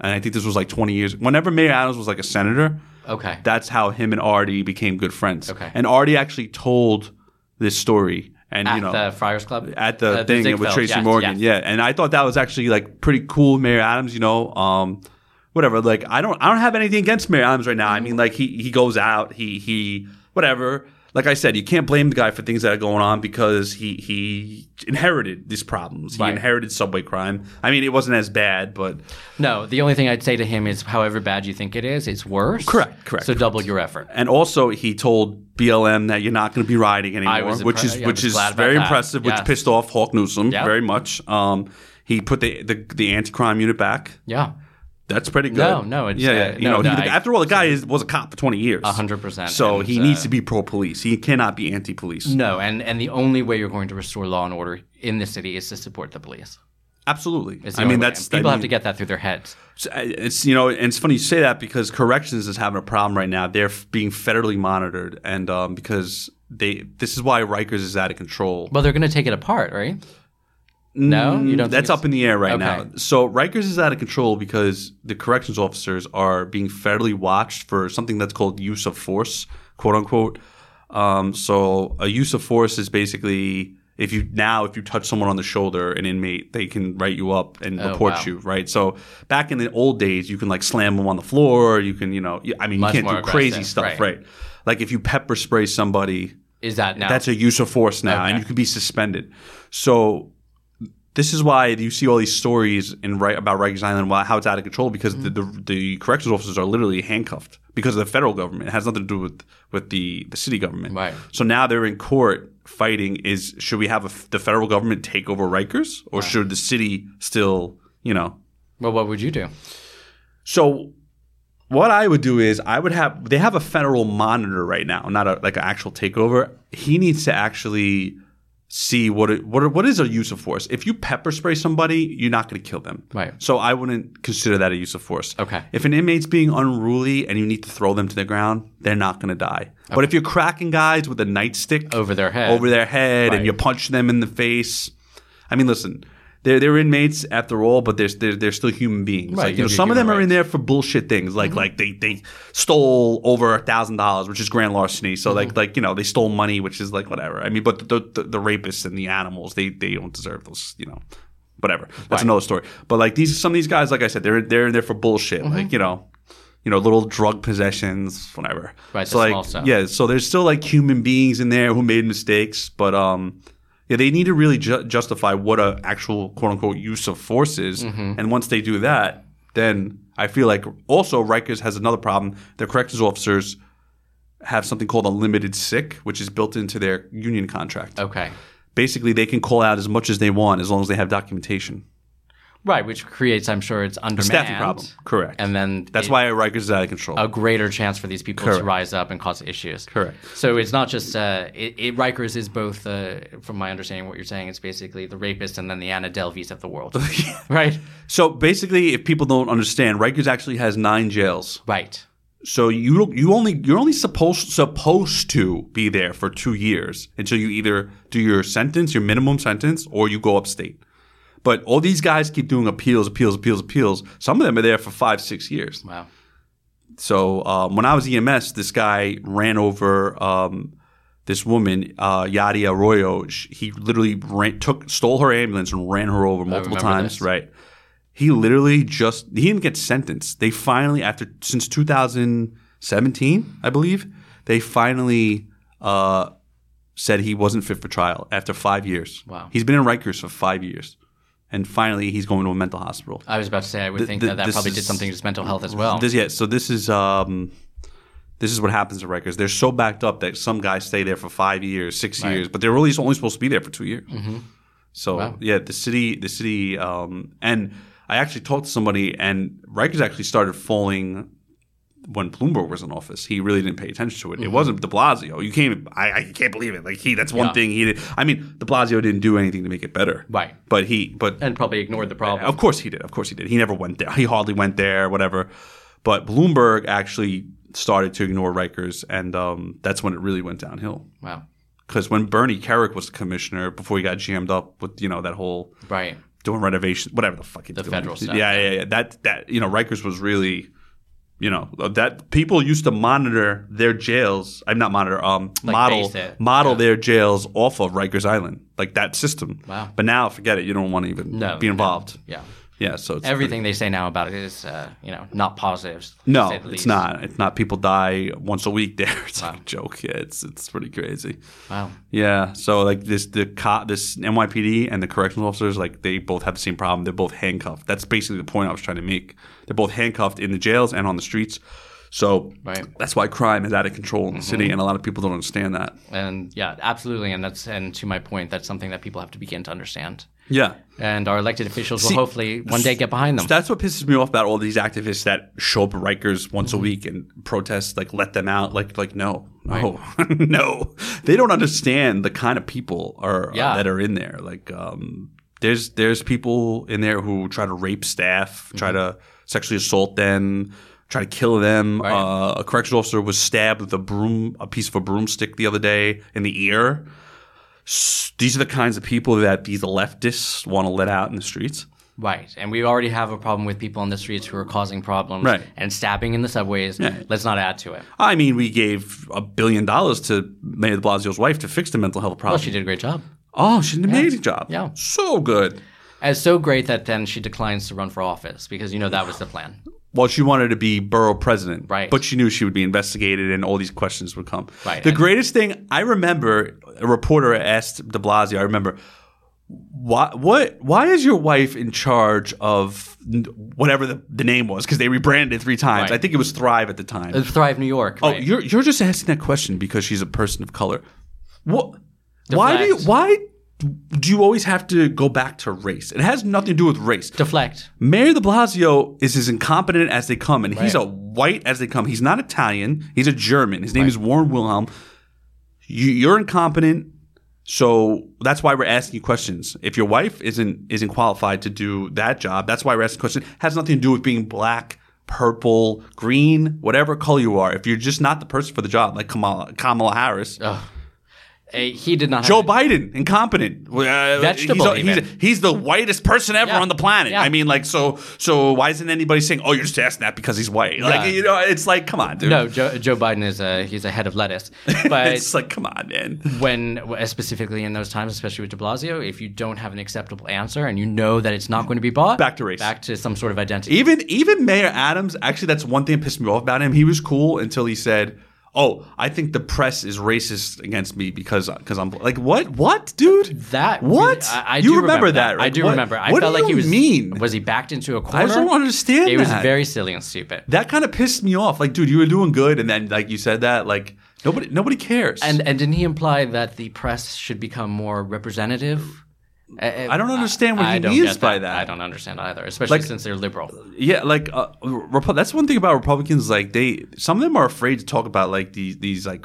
Speaker 1: And I think this was like 20 years. Whenever Mayor Adams was like a senator,
Speaker 2: Okay.
Speaker 1: that's how him and Artie became good friends.
Speaker 2: Okay.
Speaker 1: And Artie actually told this story. And
Speaker 2: at
Speaker 1: you know,
Speaker 2: the Friars Club?
Speaker 1: at the
Speaker 2: Uh,
Speaker 1: thing with
Speaker 2: Ziegfeld,
Speaker 1: Tracy
Speaker 2: yes,
Speaker 1: Morgan.
Speaker 2: yes.
Speaker 1: Yeah, and I thought that was actually like pretty cool, Mayor Adams. You know, um, whatever. Like I don't I don't have anything against Mayor Adams right now. I
Speaker 2: Mm-hmm.
Speaker 1: mean, like he he goes out, he he whatever. Like I said, you can't blame the guy for things that are going on because he he inherited these problems. He
Speaker 2: Right.
Speaker 1: inherited subway crime. I mean, it wasn't as bad, but
Speaker 2: No, the only thing I'd say to him is however bad you think it is, it's worse.
Speaker 1: Correct, correct,
Speaker 2: So double your effort.
Speaker 1: and also he told BLM that you're not going to be riding anymore,
Speaker 2: I was
Speaker 1: which
Speaker 2: impre-
Speaker 1: is
Speaker 2: yeah, I
Speaker 1: which is
Speaker 2: was glad about
Speaker 1: very
Speaker 2: that.
Speaker 1: impressive, which
Speaker 2: Yes.
Speaker 1: pissed off Hawk Newsom
Speaker 2: Yep.
Speaker 1: very much. Um, he put the the, the anti crime unit back.
Speaker 2: Yeah.
Speaker 1: That's pretty good.
Speaker 2: No, no, it's,
Speaker 1: yeah,
Speaker 2: uh,
Speaker 1: yeah. you
Speaker 2: no,
Speaker 1: know,
Speaker 2: no,
Speaker 1: he,
Speaker 2: I-
Speaker 1: after all, the guy is, was a cop for twenty years,
Speaker 2: hundred percent.
Speaker 1: So
Speaker 2: And,
Speaker 1: he
Speaker 2: uh, Mm.
Speaker 1: needs to be pro police. He cannot be anti police.
Speaker 2: No, and, and the only way you're going to restore law and order in this city is to support the police.
Speaker 1: Absolutely.
Speaker 2: It's the
Speaker 1: I
Speaker 2: only
Speaker 1: mean,
Speaker 2: way.
Speaker 1: that's
Speaker 2: people
Speaker 1: I
Speaker 2: have to
Speaker 1: mean,
Speaker 2: get that through their heads.
Speaker 1: It's you know, and it's funny you say that because corrections is having a problem right now. They're f- being federally monitored, and um, because they this is why Rikers is out of control.
Speaker 2: Well, they're going to take it apart, right? No, you don't.
Speaker 1: Mm, That's
Speaker 2: think
Speaker 1: up in the air right
Speaker 2: Okay.
Speaker 1: now. So Rikers is out of control because the corrections officers are being federally watched for something that's called use of force, quote unquote. Um, so a use of force is basically if you now if you touch someone on the shoulder, an inmate, they can write you up and report
Speaker 2: Oh, wow.
Speaker 1: you, right? So back in the old days, you can like slam them on the floor. You can, you know, y- I mean,
Speaker 2: Much
Speaker 1: you can't
Speaker 2: more
Speaker 1: do crazy
Speaker 2: aggressive,
Speaker 1: stuff,
Speaker 2: right.
Speaker 1: right. Like if you pepper spray somebody,
Speaker 2: Is that now?
Speaker 1: that's a use of force now, and
Speaker 2: Okay.
Speaker 1: you could be suspended. So this is why you see all these stories in right about Rikers Island, why, how it's out of control because the,
Speaker 2: Mm-hmm.
Speaker 1: the the corrections officers are literally handcuffed because of the federal government. It has nothing to do with with the the city government.
Speaker 2: Right.
Speaker 1: So now they're in court fighting. Is should we have a f the federal government take over Rikers, or should the city still you know
Speaker 2: well, what would you do?
Speaker 1: so what I would do is I would have they have a federal monitor right now, not a, like an actual takeover. He needs to actually see what it, what are- what is a use of force. If you pepper spray somebody, you're not going to kill them.
Speaker 2: Right.
Speaker 1: So I wouldn't consider that a use of force.
Speaker 2: Okay.
Speaker 1: If an inmate's being unruly and you need to throw them to the ground, they're not going to die. But if you're cracking guys with a nightstick
Speaker 2: Over their head.
Speaker 1: over their head
Speaker 2: Right.
Speaker 1: and you punch them in the face. I mean, listen, they're, they're inmates after all, but they're, they're, they're still human beings.
Speaker 2: Right,
Speaker 1: Like, you know,
Speaker 2: those are
Speaker 1: some of
Speaker 2: human
Speaker 1: them are in
Speaker 2: rights. Mm-hmm.
Speaker 1: there for bullshit things, like like they, they stole over a thousand dollars, which is grand larceny. So
Speaker 2: Mm-hmm.
Speaker 1: like like you know they stole money, which is like whatever. I mean, but the the, the rapists and the animals, they they don't deserve those. You know, whatever. That's another story. But like these some of these guys, like I said, they're they're in there for bullshit.
Speaker 2: Mm-hmm.
Speaker 1: Like you know. You know, little drug possessions, whatever.
Speaker 2: Right,
Speaker 1: So
Speaker 2: the
Speaker 1: like,
Speaker 2: small stuff.
Speaker 1: yeah. So there's still like human beings in there who made mistakes, but um, yeah, they need to really ju- justify what a actual quote unquote use of force is.
Speaker 2: Mm-hmm.
Speaker 1: And once they do that, then I feel like also Rikers has another problem. Their corrections officers have something called unlimited sick, which is built into their union contract.
Speaker 2: Okay.
Speaker 1: Basically, they can call out as much as they want as long as they have documentation.
Speaker 2: Right, which creates, I'm sure, it's undermanned.
Speaker 1: Staffing problem, correct?
Speaker 2: And then
Speaker 1: that's
Speaker 2: it-
Speaker 1: why Rikers is out of control.
Speaker 2: a greater chance for these people to rise up and cause issues.
Speaker 1: Correct.
Speaker 2: So it's not just uh, it, it, Rikers is both, uh, from my understanding, what you're saying, it's basically the rapist and then the Anna Delveys of the world, right?
Speaker 1: so basically, if people don't understand, Rikers actually has nine jails.
Speaker 2: Right.
Speaker 1: So you you only you're only supposed supposed to be there for two years until you either do your sentence, your minimum sentence, or you go upstate. But all these guys keep doing appeals, appeals, appeals, appeals. Some of them are there for five, six years.
Speaker 2: Wow.
Speaker 1: So um, when I was EMS, this guy ran over um, this woman, uh, Yadi Arroyo. Sh- He literally ran, took, stole her ambulance and ran her over multiple
Speaker 2: remember
Speaker 1: times.
Speaker 2: this.
Speaker 1: Right. He literally just he didn't get sentenced. They finally, after since 2017, I believe, they finally uh, said he wasn't fit for trial after five years.
Speaker 2: Wow.
Speaker 1: He's been in Rikers for five years, and finally he's going to a mental hospital.
Speaker 2: I was about to say, I would think
Speaker 1: th-
Speaker 2: that that
Speaker 1: this
Speaker 2: probably did
Speaker 1: is-
Speaker 2: something to his mental health as well.
Speaker 1: This, yeah, so this is um, this is what happens to Rikers. They're so backed up that some guys stay there for five years, six years, but they're really only supposed to be there for two years.
Speaker 2: Mm-hmm.
Speaker 1: So yeah, the city, the city, um, and I actually talked to somebody, and Rikers actually started falling when Bloomberg was in office. He really didn't pay attention to it. It wasn't De Blasio. You can't. I, I can't believe it. Like he, that's one
Speaker 2: Mm-hmm. Yeah.
Speaker 1: thing he did. I mean, De Blasio didn't do anything to make it better.
Speaker 2: Right.
Speaker 1: But he. But
Speaker 2: and probably ignored the problem.
Speaker 1: of course he did. Of course he did. He never went there. He hardly went there. Whatever. But Bloomberg actually started to ignore Rikers, and um, that's when it really went downhill.
Speaker 2: Wow.
Speaker 1: Because when Bernie Carrick was the commissioner, before he got jammed up with you know that whole
Speaker 2: Right.
Speaker 1: doing renovations, whatever the fuck he's the doing.
Speaker 2: federal stuff,
Speaker 1: Yeah, yeah, yeah. That that you know, Rikers was really, you know, that people used to monitor their jails. I'm not monitor, um, model
Speaker 2: base it.
Speaker 1: model their jails off of Rikers Island, like that system.
Speaker 2: Wow.
Speaker 1: But now, forget it. You don't want to even
Speaker 2: No,
Speaker 1: be
Speaker 2: no.
Speaker 1: involved.
Speaker 2: Yeah.
Speaker 1: Yeah. So it's
Speaker 2: Everything they say now about it is, uh, you know, not positives. to
Speaker 1: No,
Speaker 2: say the
Speaker 1: it's
Speaker 2: least.
Speaker 1: not. It's not. People die once a week there. It's like a joke. Yeah, it's it's pretty crazy.
Speaker 2: Wow.
Speaker 1: Yeah. So like this, the cop, this NYPD and the correctional officers, like they both have the same problem. They're both handcuffed. That's basically the point I was trying to make. They're both handcuffed in the jails and on the streets. So
Speaker 2: Right. Mm-hmm.
Speaker 1: that's why crime is out of control in the city, and a lot of people don't understand that.
Speaker 2: And yeah, absolutely. And that's and to my point, that's something that people have to begin to understand.
Speaker 1: Yeah.
Speaker 2: And our elected officials
Speaker 1: See,
Speaker 2: will hopefully one day get behind them.
Speaker 1: That's what pisses me off about all these activists that show up at Rikers once
Speaker 2: Mm-hmm.
Speaker 1: a week and protest, like let them out. Like, like no, no, no. They don't understand the kind of people are
Speaker 2: Yeah.
Speaker 1: that are in there. Like, um, there's there's people in there who try to rape staff, try to sexually assault them. Try to kill them.
Speaker 2: Mm-hmm. Right.
Speaker 1: Uh, a correctional officer was stabbed with a broom, a piece of a broomstick, the other day in the ear. S- These are the kinds of people that these leftists want to let out in the streets.
Speaker 2: right. And we already have a problem with people on the streets who are causing problems
Speaker 1: Right.
Speaker 2: and stabbing in the subways. Let's not add to it.
Speaker 1: I mean, we gave a billion dollars to Mayor de Blasio's wife to fix the mental health
Speaker 2: Well,
Speaker 1: problem.
Speaker 2: she did a great job.
Speaker 1: oh, she did an amazing job.
Speaker 2: Yeah.
Speaker 1: So good.
Speaker 2: As so great that then she declines to run for office because you know that was the plan.
Speaker 1: Well, she wanted to be borough president.
Speaker 2: Right.
Speaker 1: But she knew she would be investigated and all these questions would come.
Speaker 2: Right,
Speaker 1: The
Speaker 2: and-
Speaker 1: greatest thing I remember a reporter asked de Blasio, I remember, why, what, why is your wife in charge of n- whatever the, the name was? Because they rebranded it three times.
Speaker 2: Right.
Speaker 1: I think it was Thrive at the time.
Speaker 2: Uh, Thrive New York.
Speaker 1: Oh,
Speaker 2: right.
Speaker 1: you're you're just asking that question because she's a person of color. What? Why do you?
Speaker 2: Deflect.
Speaker 1: Why do you always have to go back to race? It has nothing to do with race.
Speaker 2: deflect.
Speaker 1: Mayor De Blasio is as incompetent as they come, and he's a white as they come. He's not Italian. He's a German. His name is Warren Wilhelm. You, you're incompetent, so that's why we're asking you questions. If your wife isn't isn't qualified to do that job, that's why we're asking questions. Has nothing to do with being black, purple, green, whatever color you are. If you're just not the person for the job, like Kamala Kamala Harris,
Speaker 2: Uh, he did not.
Speaker 1: Joe
Speaker 2: have,
Speaker 1: Biden, incompetent. Uh,
Speaker 2: Vegetable,
Speaker 1: he's, he's,
Speaker 2: even.
Speaker 1: he's the whitest person ever
Speaker 2: Yeah.
Speaker 1: on the planet.
Speaker 2: Yeah.
Speaker 1: I mean, like, so so why isn't anybody saying, "Oh, you're just asking that because he's white"? Like,
Speaker 2: Yeah.
Speaker 1: you know, it's like, come on, dude.
Speaker 2: No, Joe, Joe Biden is a he's a head of lettuce, but
Speaker 1: it's like, come on, man.
Speaker 2: when specifically in those times, especially with De Blasio, if you don't have an acceptable answer and you know that it's not going to be bought,
Speaker 1: Back to race.
Speaker 2: back to some sort of identity.
Speaker 1: Even even Mayor Adams, actually, that's one thing that pissed me off about him. He was cool until he said. Oh, I think the press is racist against me because because I'm bl-" like what what dude
Speaker 2: That
Speaker 1: what
Speaker 2: I, I
Speaker 1: you
Speaker 2: do
Speaker 1: remember, that,
Speaker 2: I
Speaker 1: right?
Speaker 2: do
Speaker 1: What-
Speaker 2: remember. I
Speaker 1: what
Speaker 2: felt
Speaker 1: do
Speaker 2: like
Speaker 1: you
Speaker 2: he was
Speaker 1: mean
Speaker 2: Was he backed into a corner?
Speaker 1: I don't understand
Speaker 2: It was
Speaker 1: that.
Speaker 2: very silly and stupid.
Speaker 1: that kind of pissed me off like dude you were doing good and then like you said that like nobody nobody cares
Speaker 2: And and didn't he imply that the press should become more representative?
Speaker 1: I don't understand what
Speaker 2: I
Speaker 1: he
Speaker 2: don't
Speaker 1: means
Speaker 2: get
Speaker 1: by that.
Speaker 2: I don't understand either, especially
Speaker 1: Like-
Speaker 2: since they're liberal.
Speaker 1: Yeah, like uh, Repu- that's one thing about Republicans. Like they, some of them are afraid to talk about like these these like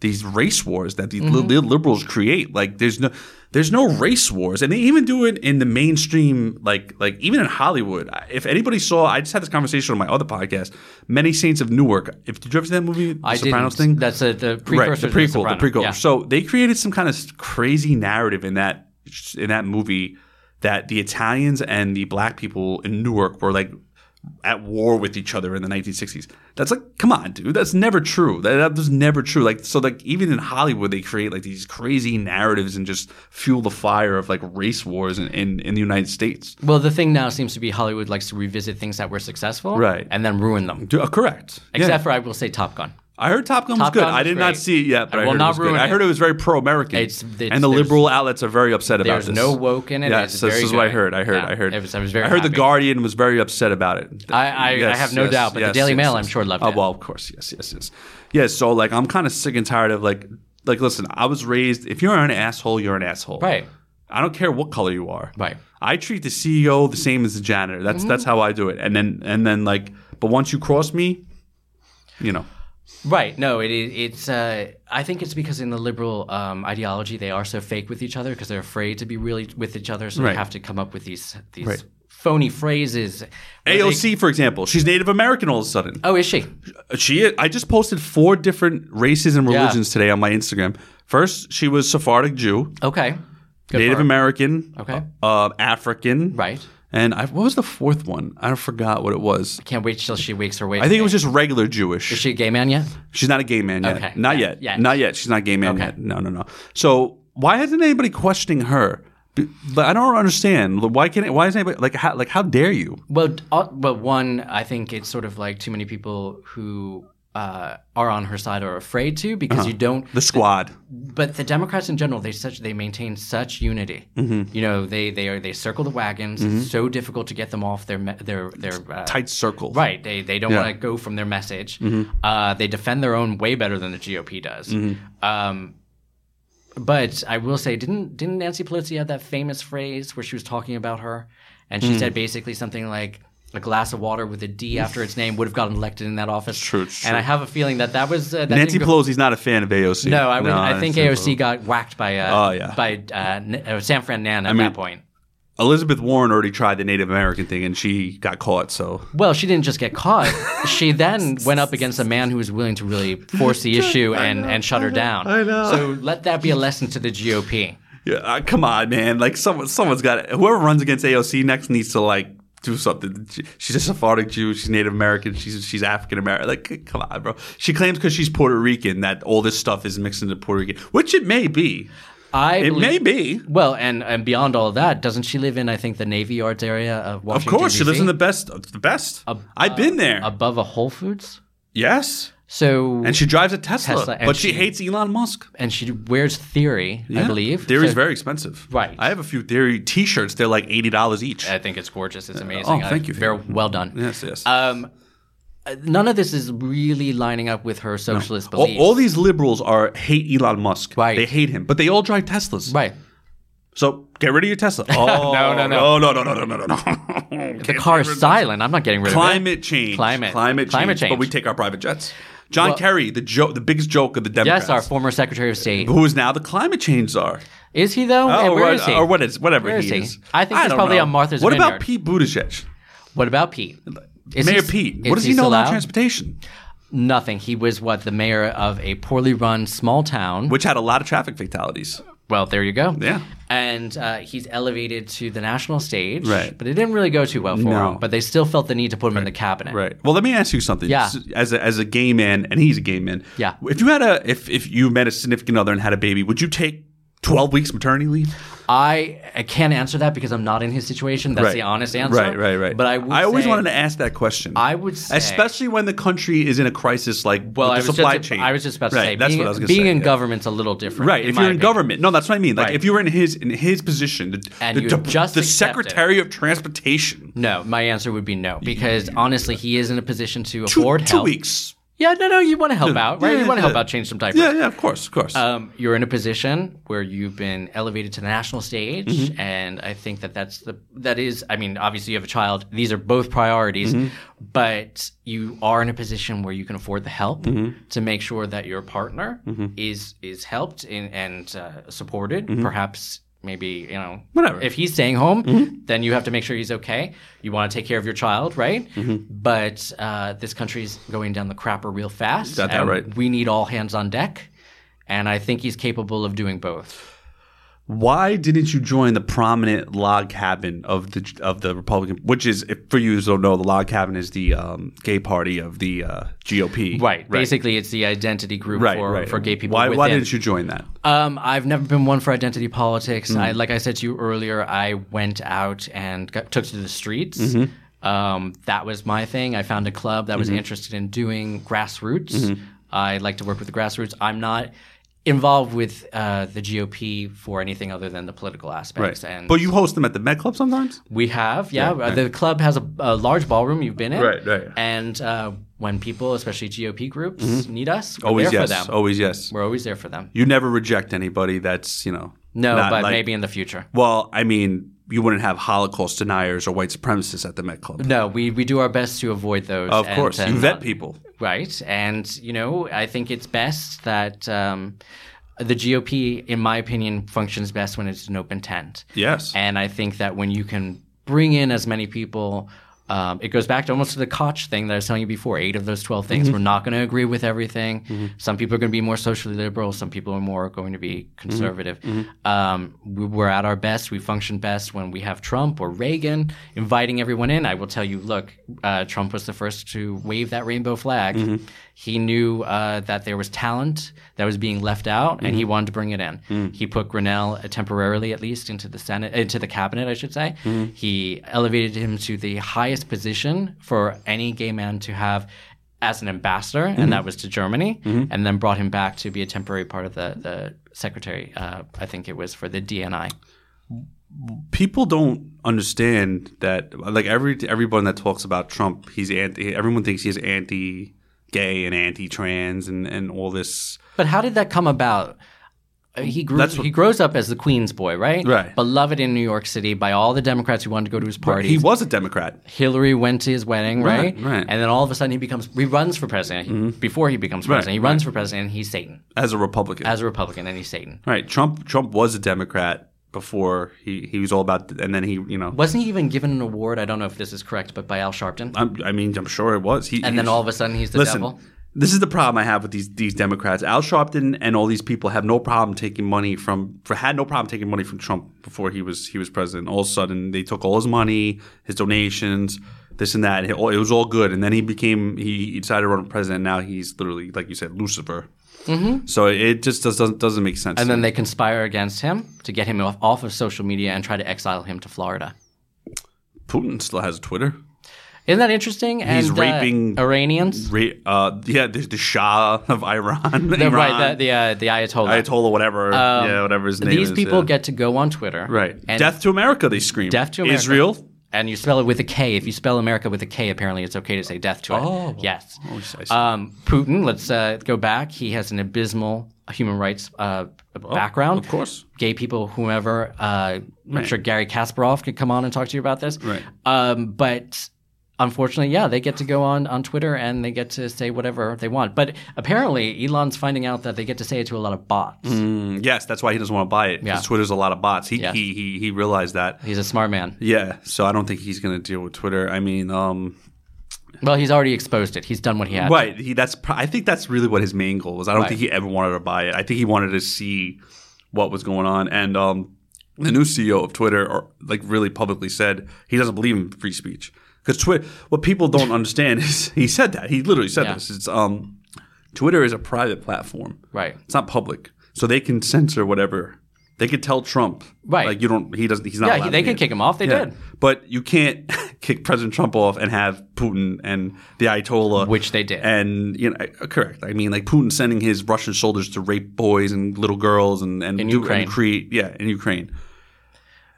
Speaker 1: these race wars that these li-
Speaker 2: Mm-hmm.
Speaker 1: li- liberals create. Like there's no there's no race wars, and they even do it in the mainstream. Like like even in Hollywood, I- if anybody saw, I just had this conversation on my other podcast, "Many Saints of Newark." If did you ever see that movie, The
Speaker 2: I
Speaker 1: Sopranos
Speaker 2: didn't.
Speaker 1: thing?
Speaker 2: That's a, the precursor.
Speaker 1: right, the
Speaker 2: to
Speaker 1: prequel, the,
Speaker 2: Sopranos.
Speaker 1: prequel.
Speaker 2: Yeah.
Speaker 1: So they created some kind of crazy narrative in that in that movie that the Italians and the black people in Newark were like at war with each other in the 1960s. That's like, come on, dude. That's never true. That, that was never true. Like, so like even in Hollywood, they create like these crazy narratives and just fuel the fire of like race wars in, in, in the United States.
Speaker 2: Well, the thing now seems to be Hollywood likes to revisit things that were successful,
Speaker 1: Right.
Speaker 2: and then ruin them.
Speaker 1: Dude, uh, correct. Yeah.
Speaker 2: Except for I will say Top Gun.
Speaker 1: I heard Top Gun was
Speaker 2: Top
Speaker 1: good.
Speaker 2: Gun
Speaker 1: I
Speaker 2: was
Speaker 1: did not
Speaker 2: great.
Speaker 1: see it yet, but
Speaker 2: I
Speaker 1: I,
Speaker 2: will
Speaker 1: heard
Speaker 2: not
Speaker 1: it was good.
Speaker 2: ruin
Speaker 1: I heard
Speaker 2: it.
Speaker 1: it was very pro-American,
Speaker 2: It's- it's-
Speaker 1: and the
Speaker 2: there's-
Speaker 1: liberal outlets are very upset about
Speaker 2: There's
Speaker 1: this.
Speaker 2: no woke in it.
Speaker 1: Yeah,
Speaker 2: It's
Speaker 1: so this
Speaker 2: very
Speaker 1: is what I
Speaker 2: good.
Speaker 1: heard. I heard.
Speaker 2: Yeah.
Speaker 1: I heard.
Speaker 2: It was- I was very
Speaker 1: heard the
Speaker 2: happy.
Speaker 1: Guardian was very upset about it.
Speaker 2: I- I- I have no doubt, but the Daily Mail, I'm sure, loved
Speaker 1: oh,
Speaker 2: it.
Speaker 1: Well, of course, yes, yes, yes, yes. So like, I'm kind of sick and tired of like, like, listen, I was raised. If you're an asshole, you're an asshole.
Speaker 2: Right.
Speaker 1: I don't care what color you are.
Speaker 2: Right. Mm-hmm.
Speaker 1: I treat the CEO the same as the janitor. That's that's how I do it. And then and then like, but once you cross me, you know.
Speaker 2: Right. No, it, it, it's. Uh, I think it's because in the liberal um, ideology, they are so fake with each other because they're afraid to be really with each other. So
Speaker 1: Right.
Speaker 2: they have to come up with these these
Speaker 1: Right.
Speaker 2: phony phrases. where they-
Speaker 1: AOC, for example, she's Native American all of a sudden.
Speaker 2: oh, is she?
Speaker 1: Uh, She, I just posted four different races and religions today on my Instagram. First, she was Sephardic Jew,
Speaker 2: Okay. Good
Speaker 1: Native
Speaker 2: for her.
Speaker 1: American,
Speaker 2: Okay.
Speaker 1: uh, African,
Speaker 2: Right.
Speaker 1: and I, what was the fourth one? I forgot what it was.
Speaker 2: Can't wait till she wakes her way.
Speaker 1: I think it was just regular Jewish.
Speaker 2: Is she a gay man yet?
Speaker 1: She's not a gay man yet.
Speaker 2: Okay.
Speaker 1: Not
Speaker 2: Yeah,
Speaker 1: yet.
Speaker 2: yeah.
Speaker 1: Not yet. She's not a gay man
Speaker 2: Okay.
Speaker 1: yet. No, no, no. So why isn't anybody questioning her? B- But I don't understand. Like, Why can't? Why is anybody like? How, like how dare you?
Speaker 2: Well, d- uh, well, one, I think it's sort of like too many people who uh, are on her side are afraid to because you don't.
Speaker 1: The squad.
Speaker 2: But the Democrats in general, they such they maintain such unity. You know, they they are they circle the wagons. It's so difficult to get them off their me- their their uh,
Speaker 1: Tight circle.
Speaker 2: Right. They they don't want to go from their message.
Speaker 1: Mm-hmm.
Speaker 2: Uh, they defend their own way better than the GOP does.
Speaker 1: Mm-hmm.
Speaker 2: Um, but I will say, didn't didn't Nancy Pelosi have that famous phrase where she was talking about her, and
Speaker 1: Mm-hmm.
Speaker 2: she said basically something like. A glass of water with a D after its name would have gotten elected in that office.
Speaker 1: true, it's
Speaker 2: And I have a feeling that that was uh, that
Speaker 1: Nancy
Speaker 2: didn't go-
Speaker 1: Pelosi's not a fan of AOC.
Speaker 2: No, I, would, I
Speaker 1: that's
Speaker 2: think
Speaker 1: not-
Speaker 2: AOC got whacked by uh,
Speaker 1: Oh, yeah.
Speaker 2: by uh, N- uh, San Fran Nan at
Speaker 1: mean-
Speaker 2: that point.
Speaker 1: Elizabeth Warren already tried the Native American thing and she got caught. So
Speaker 2: Well, she didn't just get caught. she then went up against a man who was willing to really force the issue and, and shut her down. I
Speaker 1: know.
Speaker 2: So let that be a lesson to the GOP.
Speaker 1: yeah, uh, come on, man. Like someone, someone's got whoever runs against AOC next needs to like do something. She- She's a Sephardic Jew. She's Native American. She's she's African American. Like c- come on, bro. She claims because she's Puerto Rican that all this stuff is mixed into Puerto Rican, which it may be.
Speaker 2: I
Speaker 1: It
Speaker 2: believe-
Speaker 1: may be.
Speaker 2: Well, and, and beyond all that, doesn't she live in I think the Navy Yards area of
Speaker 1: Of
Speaker 2: Washington?
Speaker 1: course, she lives
Speaker 2: DC?
Speaker 1: in the best. The best. I've been there.
Speaker 2: above a Whole Foods.
Speaker 1: yes,
Speaker 2: So
Speaker 1: and she drives a Tesla,
Speaker 2: Tesla, and
Speaker 1: but she,
Speaker 2: she-
Speaker 1: hates Elon Musk.
Speaker 2: and she wears theory, I
Speaker 1: Yeah.
Speaker 2: believe.
Speaker 1: Theory's
Speaker 2: So-
Speaker 1: very expensive.
Speaker 2: Right. Uh,
Speaker 1: I have a few theory T-shirts. They're like eighty dollars each.
Speaker 2: I think it's gorgeous. It's amazing.
Speaker 1: Oh,
Speaker 2: I-
Speaker 1: thank you.
Speaker 2: Very well done.
Speaker 1: yes, yes.
Speaker 2: Um, uh, none of this is really lining up with her socialist
Speaker 1: All,
Speaker 2: beliefs.
Speaker 1: all these liberals are hate Elon Musk.
Speaker 2: Right.
Speaker 1: They hate him, but they all drive Teslas.
Speaker 2: right.
Speaker 1: So get rid of your Tesla. Oh
Speaker 2: No,
Speaker 1: no,
Speaker 2: no, no.
Speaker 1: no, no, no, no, no, no.
Speaker 2: The car is silent. I'm not getting rid of it.
Speaker 1: Climate change.
Speaker 2: Climate.
Speaker 1: Climate change.
Speaker 2: Climate change.
Speaker 1: But we take our private jets. John Kerry, the joke, the biggest joke of the Democrats.
Speaker 2: Yes, our former Secretary of State.
Speaker 1: who is now the climate change czar.
Speaker 2: Is he though?
Speaker 1: Oh,
Speaker 2: and where
Speaker 1: what-
Speaker 2: is he?
Speaker 1: Or what is whatever
Speaker 2: Where is
Speaker 1: he
Speaker 2: he?
Speaker 1: is.
Speaker 2: I think he's
Speaker 1: don't
Speaker 2: probably
Speaker 1: know.
Speaker 2: on Martha's
Speaker 1: What about
Speaker 2: Vineyard.
Speaker 1: Pete Buttigieg?
Speaker 2: what about Pete? Is
Speaker 1: Mayor
Speaker 2: he-
Speaker 1: Pete.
Speaker 2: is
Speaker 1: What does he
Speaker 2: he's
Speaker 1: know about
Speaker 2: allowed?
Speaker 1: transportation?
Speaker 2: Nothing. He was what the mayor of a poorly run small town.
Speaker 1: Which had a lot of traffic fatalities.
Speaker 2: well, there you go.
Speaker 1: Yeah.
Speaker 2: And uh, he's elevated to the national stage.
Speaker 1: Right.
Speaker 2: But it didn't really go too well for
Speaker 1: No.
Speaker 2: him. But they still felt the need to put him in the cabinet.
Speaker 1: Right. Well, let me ask you something.
Speaker 2: Yeah.
Speaker 1: S- As a, as a gay man, and he's a gay man.
Speaker 2: Yeah.
Speaker 1: If you had a if if you met a significant other and had a baby, would you take twelve weeks maternity leave?
Speaker 2: I, I can't answer that because I'm not in his situation. That's
Speaker 1: Right.
Speaker 2: the honest answer.
Speaker 1: Right. Right. Right.
Speaker 2: But I, would
Speaker 1: I always
Speaker 2: say-
Speaker 1: wanted to ask that question.
Speaker 2: I would say,
Speaker 1: Especially when the country is in a crisis like
Speaker 2: well, I
Speaker 1: with
Speaker 2: was
Speaker 1: the supply
Speaker 2: just,
Speaker 1: chain.
Speaker 2: I was just about to
Speaker 1: Right,
Speaker 2: say,
Speaker 1: that's
Speaker 2: being,
Speaker 1: what I was gonna
Speaker 2: being
Speaker 1: say,
Speaker 2: in
Speaker 1: yeah.
Speaker 2: government's a little different.
Speaker 1: Right,
Speaker 2: in
Speaker 1: if
Speaker 2: my
Speaker 1: you're in
Speaker 2: opinion.
Speaker 1: government, no, that's what I mean. Like
Speaker 2: Right.
Speaker 1: if you were in his in his position, the,
Speaker 2: And
Speaker 1: the,
Speaker 2: you
Speaker 1: de-
Speaker 2: just
Speaker 1: the
Speaker 2: accept it.
Speaker 1: Secretary of Transportation,
Speaker 2: No, my answer would be no, because honestly, he is in a position to
Speaker 1: two,
Speaker 2: afford
Speaker 1: two
Speaker 2: help.
Speaker 1: weeks.
Speaker 2: Yeah, no, no, you want to help out, right?
Speaker 1: yeah,
Speaker 2: you want to
Speaker 1: yeah.
Speaker 2: help out, change some diapers.
Speaker 1: Yeah, yeah, of course, of course.
Speaker 2: Um, you're in a position where you've been elevated to the national stage,
Speaker 1: Mm-hmm.
Speaker 2: and I think that that's the that is. I mean, obviously you have a child; these are both priorities,
Speaker 1: Mm-hmm.
Speaker 2: but you are in a position where you can afford the help
Speaker 1: Mm-hmm.
Speaker 2: to make sure that your partner is is helped in, and uh, supported, perhaps. Maybe you know
Speaker 1: Mm-hmm. Whatever. Mm-hmm.
Speaker 2: If he's staying home, then you have to make sure he's okay. You want to take care of your child, right?
Speaker 1: Mm-hmm.
Speaker 2: But uh, this country's going down the crapper real fast.
Speaker 1: Got that
Speaker 2: and
Speaker 1: right.
Speaker 2: We need all hands on deck and I think he's capable of doing both.
Speaker 1: Why didn't you join the prominent log cabin of the of the Republican, which is if- for you who don't know, the log cabin is the um, gay party of the uh, GOP.
Speaker 2: Basically, it's the identity group
Speaker 1: right,
Speaker 2: for,
Speaker 1: right.
Speaker 2: for gay people.
Speaker 1: Why,
Speaker 2: within.
Speaker 1: why didn't you join that?
Speaker 2: Um, I've never been one for identity politics.
Speaker 1: Mm-hmm.
Speaker 2: I, like I said to you earlier, I went out and got, took to the streets.
Speaker 1: Mm-hmm.
Speaker 2: Um, that was my thing. I found a club that was interested in doing grassroots.
Speaker 1: Mm-hmm.
Speaker 2: I like to work with the grassroots. I'm not involved with uh, the GOP for anything other than the political aspects. And
Speaker 1: but you host them at the Met Club sometimes.
Speaker 2: We have, yeah. Uh, The club has a, a large ballroom. You've been in,
Speaker 1: Right, right.
Speaker 2: And uh, when people, especially GOP groups, need us,
Speaker 1: Mm-hmm.
Speaker 2: we're
Speaker 1: Always
Speaker 2: there
Speaker 1: yes.
Speaker 2: for them.
Speaker 1: Always yes.
Speaker 2: We're always there for them.
Speaker 1: You never reject anybody that's you know.
Speaker 2: No,
Speaker 1: not
Speaker 2: but
Speaker 1: like-
Speaker 2: maybe in the future.
Speaker 1: Well, I mean, you wouldn't have Holocaust deniers or white supremacists at the Met Club.
Speaker 2: No, we, we do our best to avoid those.
Speaker 1: Of
Speaker 2: and,
Speaker 1: course,
Speaker 2: uh,
Speaker 1: you vet
Speaker 2: not-
Speaker 1: people.
Speaker 2: Right. And, you know, I think it's best that um, the GOP, in my opinion, functions best when it's an open tent.
Speaker 1: Yes.
Speaker 2: And I think that when you can bring in as many people, um, it goes back to almost to the Koch thing that I was telling you before. Eight of those 12 things. We're not going to agree with everything. Some people are going to be more socially liberal. Some people are more going to be conservative. Um, we, we're at our best. We function best when we have Trump or Reagan inviting everyone in. I will tell you, look, uh, Trump was the first to wave that rainbow flag. He knew uh, that there was talent that was being left out, and
Speaker 1: Mm-hmm.
Speaker 2: he wanted to bring it in.
Speaker 1: Mm.
Speaker 2: He put Grinnell uh, temporarily, at least, into the Senate, into the cabinet, I should say.
Speaker 1: Mm-hmm.
Speaker 2: He elevated him to the highest position for any gay man to have as an ambassador,
Speaker 1: Mm-hmm.
Speaker 2: and that was to Germany, and then brought him back to be a temporary part of the the secretary. Uh, I think it was for the DNI.
Speaker 1: people don't understand that like every everyone that talks about Trump, he's anti everyone thinks he's anti gay and anti trans and, and all this
Speaker 2: But how did that come about? Uh, He grew,
Speaker 1: That's what-
Speaker 2: he grows up as the Queen's boy, right?
Speaker 1: Right.
Speaker 2: Beloved in New York City by all the Democrats who wanted to go to his parties.
Speaker 1: he was a Democrat.
Speaker 2: Hillary went to his wedding, right?
Speaker 1: Right, right. Mm-hmm.
Speaker 2: And then all of a sudden he becomes he runs for president. He- Before he becomes president, he runs for president and he's Satan.
Speaker 1: As a Republican.
Speaker 2: As a Republican and he's Satan.
Speaker 1: right. Trump Trump was a Democrat before he, he was all about and then he you know
Speaker 2: Wasn't he even given an award? I don't know if this is correct, but by Al Sharpton.
Speaker 1: I'm, I mean I'm sure it was. He
Speaker 2: and then all of a sudden he's the
Speaker 1: Listen,
Speaker 2: devil.
Speaker 1: this is the problem I have with these these Democrats. Al Sharpton and all these people have no problem taking money from for had no problem taking money from Trump before he was he was president. All of a sudden they took all his money, his donations, this and that. It, all- it was all good, and then he became he he decided to run for president. Now he's literally like you said, Lucifer. Mm-hmm. So it just does, doesn't doesn't make sense.
Speaker 2: And then they conspire against him to get him off, off of social media and try to exile him to Florida.
Speaker 1: Putin still has a Twitter.
Speaker 2: Isn't that interesting?
Speaker 1: He's
Speaker 2: and, uh,
Speaker 1: raping-
Speaker 2: Iranians.
Speaker 1: Re, uh, yeah, the, the Shah of Iran,
Speaker 2: The-
Speaker 1: Iran
Speaker 2: Right, the, the, uh, the Ayatollah.
Speaker 1: Ayatollah, whatever, yeah, whatever his name
Speaker 2: These
Speaker 1: is.
Speaker 2: people
Speaker 1: yeah.
Speaker 2: get to go on Twitter.
Speaker 1: Right.
Speaker 2: And
Speaker 1: Death to America, they scream.
Speaker 2: Death to America.
Speaker 1: Israel.
Speaker 2: and you spell it with a K. If you spell America with a K, apparently it's okay to say death to it.
Speaker 1: Oh.
Speaker 2: yes.
Speaker 1: I see.
Speaker 2: Um, Putin. Let's uh, go back. He has an abysmal human rights uh, background.
Speaker 1: of course.
Speaker 2: Gay people, whomever. Uh, I'm sure Gary Kasparov could come on and talk to you about this.
Speaker 1: Right.
Speaker 2: Um, but unfortunately, yeah, they get to go on on Twitter and they get to say whatever they want. But apparently, Elon's finding out that they get to say it to a lot of bots.
Speaker 1: Mm, yes, that's why he doesn't want to buy it.
Speaker 2: Yeah.
Speaker 1: Because Twitter's a lot of bots. He,
Speaker 2: Yes.
Speaker 1: he he he realized that.
Speaker 2: He's a smart man.
Speaker 1: Yeah. So I don't think he's going to deal with Twitter. I mean, um,
Speaker 2: Well, he's already exposed it. He's done what he had. to.
Speaker 1: right. He, that's pro- I think that's really what his main goal was. I don't
Speaker 2: Right.
Speaker 1: think he ever wanted to buy it. I think he wanted to see what was going on. And um, the new CEO of Twitter, or, like, really publicly said he doesn't believe in free speech because Twitter. What people don't understand is he said that. He literally said
Speaker 2: Yeah.
Speaker 1: this. It's um, Twitter is a private platform.
Speaker 2: Right.
Speaker 1: It's not public, so they can censor whatever. They could tell Trump,
Speaker 2: Right.
Speaker 1: Like you don't. He doesn't. He's not.
Speaker 2: Yeah,
Speaker 1: allowed
Speaker 2: they
Speaker 1: to
Speaker 2: could
Speaker 1: be-
Speaker 2: kick him off. They
Speaker 1: Yeah.
Speaker 2: did.
Speaker 1: But you can't kick President Trump off and have Putin and the Ayatollah,
Speaker 2: Which they did.
Speaker 1: And you know, uh, correct. I mean, like Putin sending his Russian soldiers to rape boys and little girls and and do-
Speaker 2: Ukraine.
Speaker 1: and create yeah in Ukraine.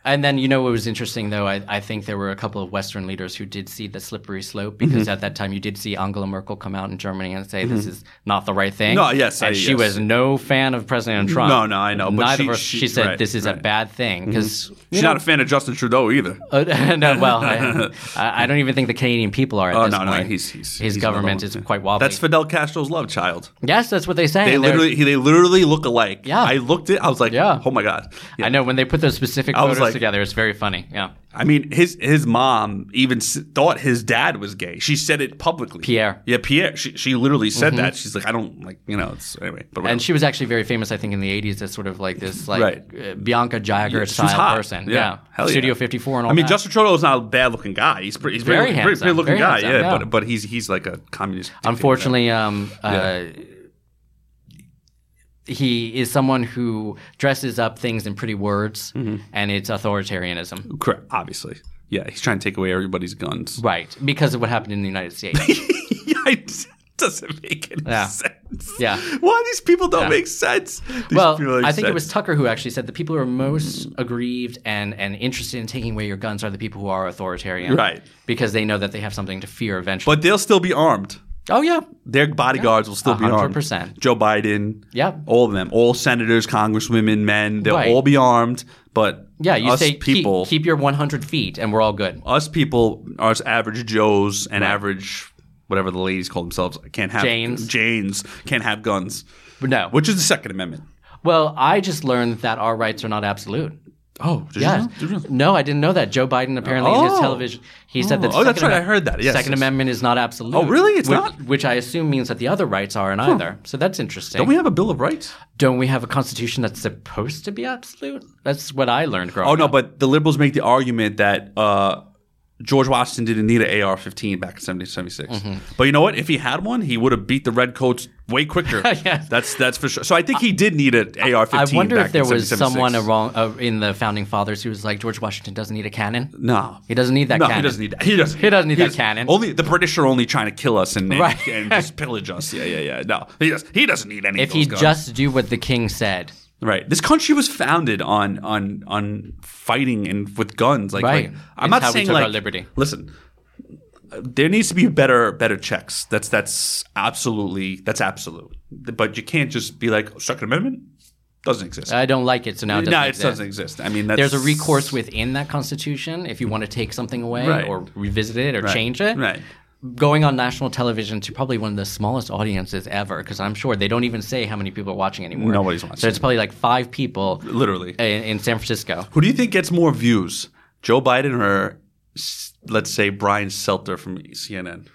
Speaker 2: And then you know what was interesting though, I, I think there were a couple of Western leaders who did see the slippery slope because
Speaker 1: Mm-hmm.
Speaker 2: at that time you did see Angela Merkel come out in Germany and say this is not the right thing.
Speaker 1: No, yes,
Speaker 2: and
Speaker 1: I-
Speaker 2: she
Speaker 1: yes.
Speaker 2: was no fan of President Trump.
Speaker 1: No, no, I know, but
Speaker 2: Neither
Speaker 1: she-
Speaker 2: of her, she,
Speaker 1: she-
Speaker 2: said
Speaker 1: right,
Speaker 2: this is a
Speaker 1: right. Mm-hmm.
Speaker 2: bad thing because
Speaker 1: She's not a fan of Justin Trudeau either.
Speaker 2: uh, no, well, I, I I don't even think the Canadian people are. At
Speaker 1: Oh
Speaker 2: this
Speaker 1: no, no,
Speaker 2: point.
Speaker 1: he's he's
Speaker 2: his
Speaker 1: he's another
Speaker 2: government
Speaker 1: one.
Speaker 2: is quite wobbly.
Speaker 1: That's Fidel Castro's love child.
Speaker 2: yes, that's what they say.
Speaker 1: They
Speaker 2: and they're-
Speaker 1: literally, he, they literally look alike.
Speaker 2: Yeah.
Speaker 1: I looked at, I was like,
Speaker 2: Yeah.
Speaker 1: oh my god. Yeah.
Speaker 2: I know when they put those specific
Speaker 1: was
Speaker 2: photos
Speaker 1: like-
Speaker 2: together, it's very funny. Yeah,
Speaker 1: I mean, his his mom even s- thought his dad was gay. She said it publicly.
Speaker 2: Pierre. Mm-hmm.
Speaker 1: Yeah, Pierre. She, she literally said that. She's like, I don't like, you know. It's, anyway, but
Speaker 2: and
Speaker 1: whatever.
Speaker 2: she was actually very famous, I think, in the '80s as sort of like this, like
Speaker 1: Right.
Speaker 2: uh, Bianca
Speaker 1: She
Speaker 2: Jagger
Speaker 1: was
Speaker 2: style
Speaker 1: hot.
Speaker 2: person.
Speaker 1: Yeah.
Speaker 2: Yeah,
Speaker 1: Hell yeah.
Speaker 2: Studio 54 and all.
Speaker 1: I mean,
Speaker 2: that.
Speaker 1: Justin Trudeau is not a bad looking guy. He's pretty, he's pretty,
Speaker 2: Very
Speaker 1: pretty,
Speaker 2: handsome.
Speaker 1: pretty looking
Speaker 2: Very
Speaker 1: guy.
Speaker 2: handsome,
Speaker 1: yeah,
Speaker 2: yeah.
Speaker 1: but but he's he's like a communist. dictator.
Speaker 2: unfortunately, um, uh,
Speaker 1: Yeah.
Speaker 2: he is someone who dresses up things in pretty words,
Speaker 1: Mm-hmm.
Speaker 2: and it's authoritarianism.
Speaker 1: correct. Obviously, yeah, he's trying to take away everybody's guns.
Speaker 2: Right, because of what happened in the United States.
Speaker 1: it doesn't make any
Speaker 2: Yeah.
Speaker 1: sense.
Speaker 2: Yeah.
Speaker 1: why these people don't make sense? These
Speaker 2: well,
Speaker 1: people make
Speaker 2: I think it
Speaker 1: sense.
Speaker 2: was Tucker who actually said the people who are most aggrieved and, and interested in taking away your guns are the people who are authoritarian.
Speaker 1: Right.
Speaker 2: Because they know that they have something to fear eventually.
Speaker 1: but they'll still be armed.
Speaker 2: oh, yeah.
Speaker 1: Their bodyguards will still be armed.
Speaker 2: 100%.
Speaker 1: Joe Biden.
Speaker 2: Yep.
Speaker 1: All of them. All senators, congresswomen, men. They'll
Speaker 2: Right.
Speaker 1: all be armed But
Speaker 2: Yeah, you
Speaker 1: us
Speaker 2: say
Speaker 1: people,
Speaker 2: keep, keep your 100 feet, and we're all good.
Speaker 1: us people, us average Joes and average whatever the ladies call themselves can't have
Speaker 2: Janes.
Speaker 1: Janes can't have guns,
Speaker 2: No.
Speaker 1: which is the Second Amendment.
Speaker 2: Well, I just learned that our rights are not absolute.
Speaker 1: Oh, did
Speaker 2: Yes. No, I didn't know that. Joe Biden apparently in his
Speaker 1: Oh.
Speaker 2: television, he said that.
Speaker 1: Oh, that's
Speaker 2: Second
Speaker 1: right.
Speaker 2: Amendment-
Speaker 1: I heard that. Yes,
Speaker 2: Second
Speaker 1: yes.
Speaker 2: Amendment is not absolute.
Speaker 1: Oh, really? It's
Speaker 2: which,
Speaker 1: not?
Speaker 2: Which I assume means that the other rights aren't either. So that's interesting.
Speaker 1: Don't we have a Bill of Rights?
Speaker 2: Don't we have a constitution that's supposed to be absolute? That's what I learned growing
Speaker 1: Oh no,
Speaker 2: up.
Speaker 1: but the liberals make the argument that uh, George Washington didn't need an AR-15 back in 1776.
Speaker 2: Mm-hmm.
Speaker 1: But you know what? If he had one, he would have beat the redcoats way quicker.
Speaker 2: Yes.
Speaker 1: That's that's for sure. So I think he did need an AR-15.
Speaker 2: I wonder
Speaker 1: back
Speaker 2: if there
Speaker 1: in
Speaker 2: was someone
Speaker 1: 1776.
Speaker 2: around, uh, in the founding fathers who was like, George Washington doesn't need a cannon.
Speaker 1: No,
Speaker 2: He doesn't need that
Speaker 1: no,
Speaker 2: cannon.
Speaker 1: he doesn't need that. He doesn't.
Speaker 2: He doesn't need that cannon.
Speaker 1: Only the British are only trying to kill us and and,
Speaker 2: Right.
Speaker 1: and just pillage us. Yeah, yeah, yeah. No, he does. He doesn't need any.
Speaker 2: If
Speaker 1: of those
Speaker 2: he
Speaker 1: guns.
Speaker 2: just do what the king said.
Speaker 1: Right. This country was founded on on on fighting and with guns. Like,
Speaker 2: Right.
Speaker 1: like,
Speaker 2: It's
Speaker 1: I'm not
Speaker 2: how we
Speaker 1: saying
Speaker 2: took our
Speaker 1: like
Speaker 2: liberty.
Speaker 1: Listen, uh, there needs to be better better checks. That's that's absolutely that's absolute. But you can't just be like Second Amendment doesn't exist.
Speaker 2: I don't like it, so now it doesn't
Speaker 1: no, it
Speaker 2: exist.
Speaker 1: doesn't exist. I mean, that's,
Speaker 2: There's a recourse within that constitution if you want to take something away
Speaker 1: Right.
Speaker 2: or revisit it or
Speaker 1: Right.
Speaker 2: change it.
Speaker 1: Right.
Speaker 2: Going on national television to probably one of the smallest audiences ever, because I'm sure they don't even say how many people are watching anymore.
Speaker 1: Nobody's watching.
Speaker 2: So it's probably like five people
Speaker 1: Literally.
Speaker 2: in, in San Francisco.
Speaker 1: Who do you think gets more views, Joe Biden or s- let's say Brian Seltzer from CNN?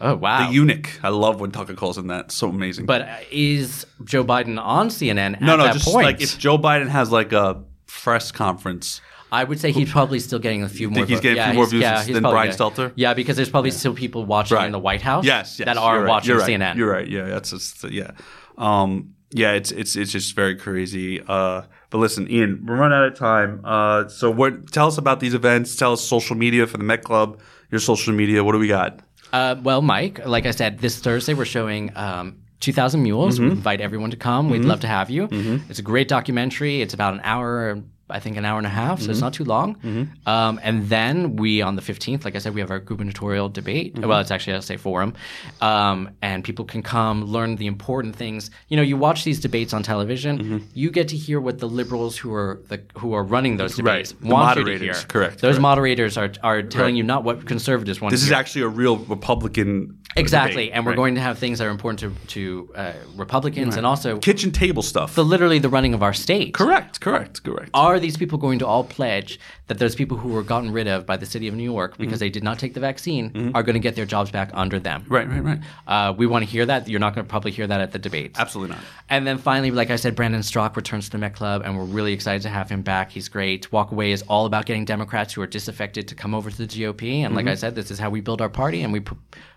Speaker 2: Oh wow!
Speaker 1: The eunuch. I love when Tucker calls him that. So amazing.
Speaker 2: But uh, is Joe Biden on CNN at
Speaker 1: no, no,
Speaker 2: that
Speaker 1: just
Speaker 2: point?
Speaker 1: like if Joe Biden has like a press conference.
Speaker 2: I would say he's probably still getting a few more.
Speaker 1: he's
Speaker 2: votes.
Speaker 1: getting a
Speaker 2: yeah,
Speaker 1: few more
Speaker 2: he's-
Speaker 1: views
Speaker 2: yeah,
Speaker 1: than
Speaker 2: he's probably
Speaker 1: Brian
Speaker 2: good.
Speaker 1: Stelter?
Speaker 2: Yeah, because there's probably still people watching in the White House.
Speaker 1: Yes, yes,
Speaker 2: that are
Speaker 1: you're right,
Speaker 2: watching
Speaker 1: you're right,
Speaker 2: CNN.
Speaker 1: You're right. Yeah, that's just, yeah, um, yeah. It's it's it's just very crazy. Uh, but listen, Ian, we're running out of time. Uh, so what? Tell us about these events. Tell us social media for the Met Club. Your social media. What do we got?
Speaker 2: Uh, well, Mike, like I said, this Thursday we're showing um, 2,000 Mules.
Speaker 1: Mm-hmm.
Speaker 2: We invite everyone to come. We'd love to have you. It's a great documentary. It's about an hour, I think an hour and a half, so
Speaker 1: Mm-hmm.
Speaker 2: it's not too long. Um, and then we, on the 15th, like I said, we have our gubernatorial debate.
Speaker 1: Mm-hmm.
Speaker 2: Well, it's actually, I'll say forum. Um, and people can come learn the important things. You know, you watch these debates on television,
Speaker 1: Mm-hmm.
Speaker 2: you get to hear what the liberals who are the, who are running those debates
Speaker 1: The
Speaker 2: want you to
Speaker 1: moderators,
Speaker 2: hear.
Speaker 1: correct,
Speaker 2: Those
Speaker 1: correct.
Speaker 2: moderators are, are telling you not what conservatives want
Speaker 1: This
Speaker 2: to
Speaker 1: is
Speaker 2: hear.
Speaker 1: actually a real Republican.
Speaker 2: Exactly,
Speaker 1: debate,
Speaker 2: and we're
Speaker 1: right?
Speaker 2: going to have things that are important to to uh, Republicans and also
Speaker 1: kitchen table stuff.
Speaker 2: the literally the running of our state.
Speaker 1: correct. Correct. Correct.
Speaker 2: Are these people going to all pledge that those people who were gotten rid of by the city of New York because
Speaker 1: Mm-hmm.
Speaker 2: they did not take the vaccine are going to get their jobs back under them?
Speaker 1: right. Right. Right.
Speaker 2: Uh, we want to hear that. You're not going to probably hear that at the debates.
Speaker 1: Absolutely not.
Speaker 2: And then finally, like I said, Brandon Strock returns to the Met Club, and we're really excited to have him back. He's great. Walk Away is all about getting Democrats who are disaffected to come over to the GOP. And like I said, this is how we build our party, and we p-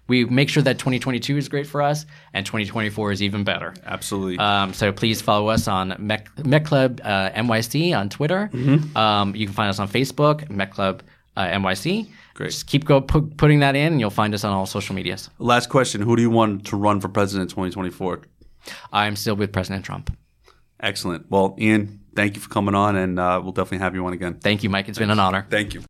Speaker 2: we make sure that 2022 is great for us, and 2024 is even better.
Speaker 1: Absolutely.
Speaker 2: Um, so please follow us on Met, Met Club uh, NYC on Twitter. Um, you can find us on Facebook, Met Club uh, NYC.
Speaker 1: Great.
Speaker 2: Just keep go pu- putting that in, and you'll find us on all social medias.
Speaker 1: Last question: Who do you want to run for president in 2024?
Speaker 2: I'm still with President Trump.
Speaker 1: Excellent. Well, Ian, thank you for coming on, and uh, we'll definitely have you on again.
Speaker 2: Thank you, Mike. It's been an honor.
Speaker 1: Thank you.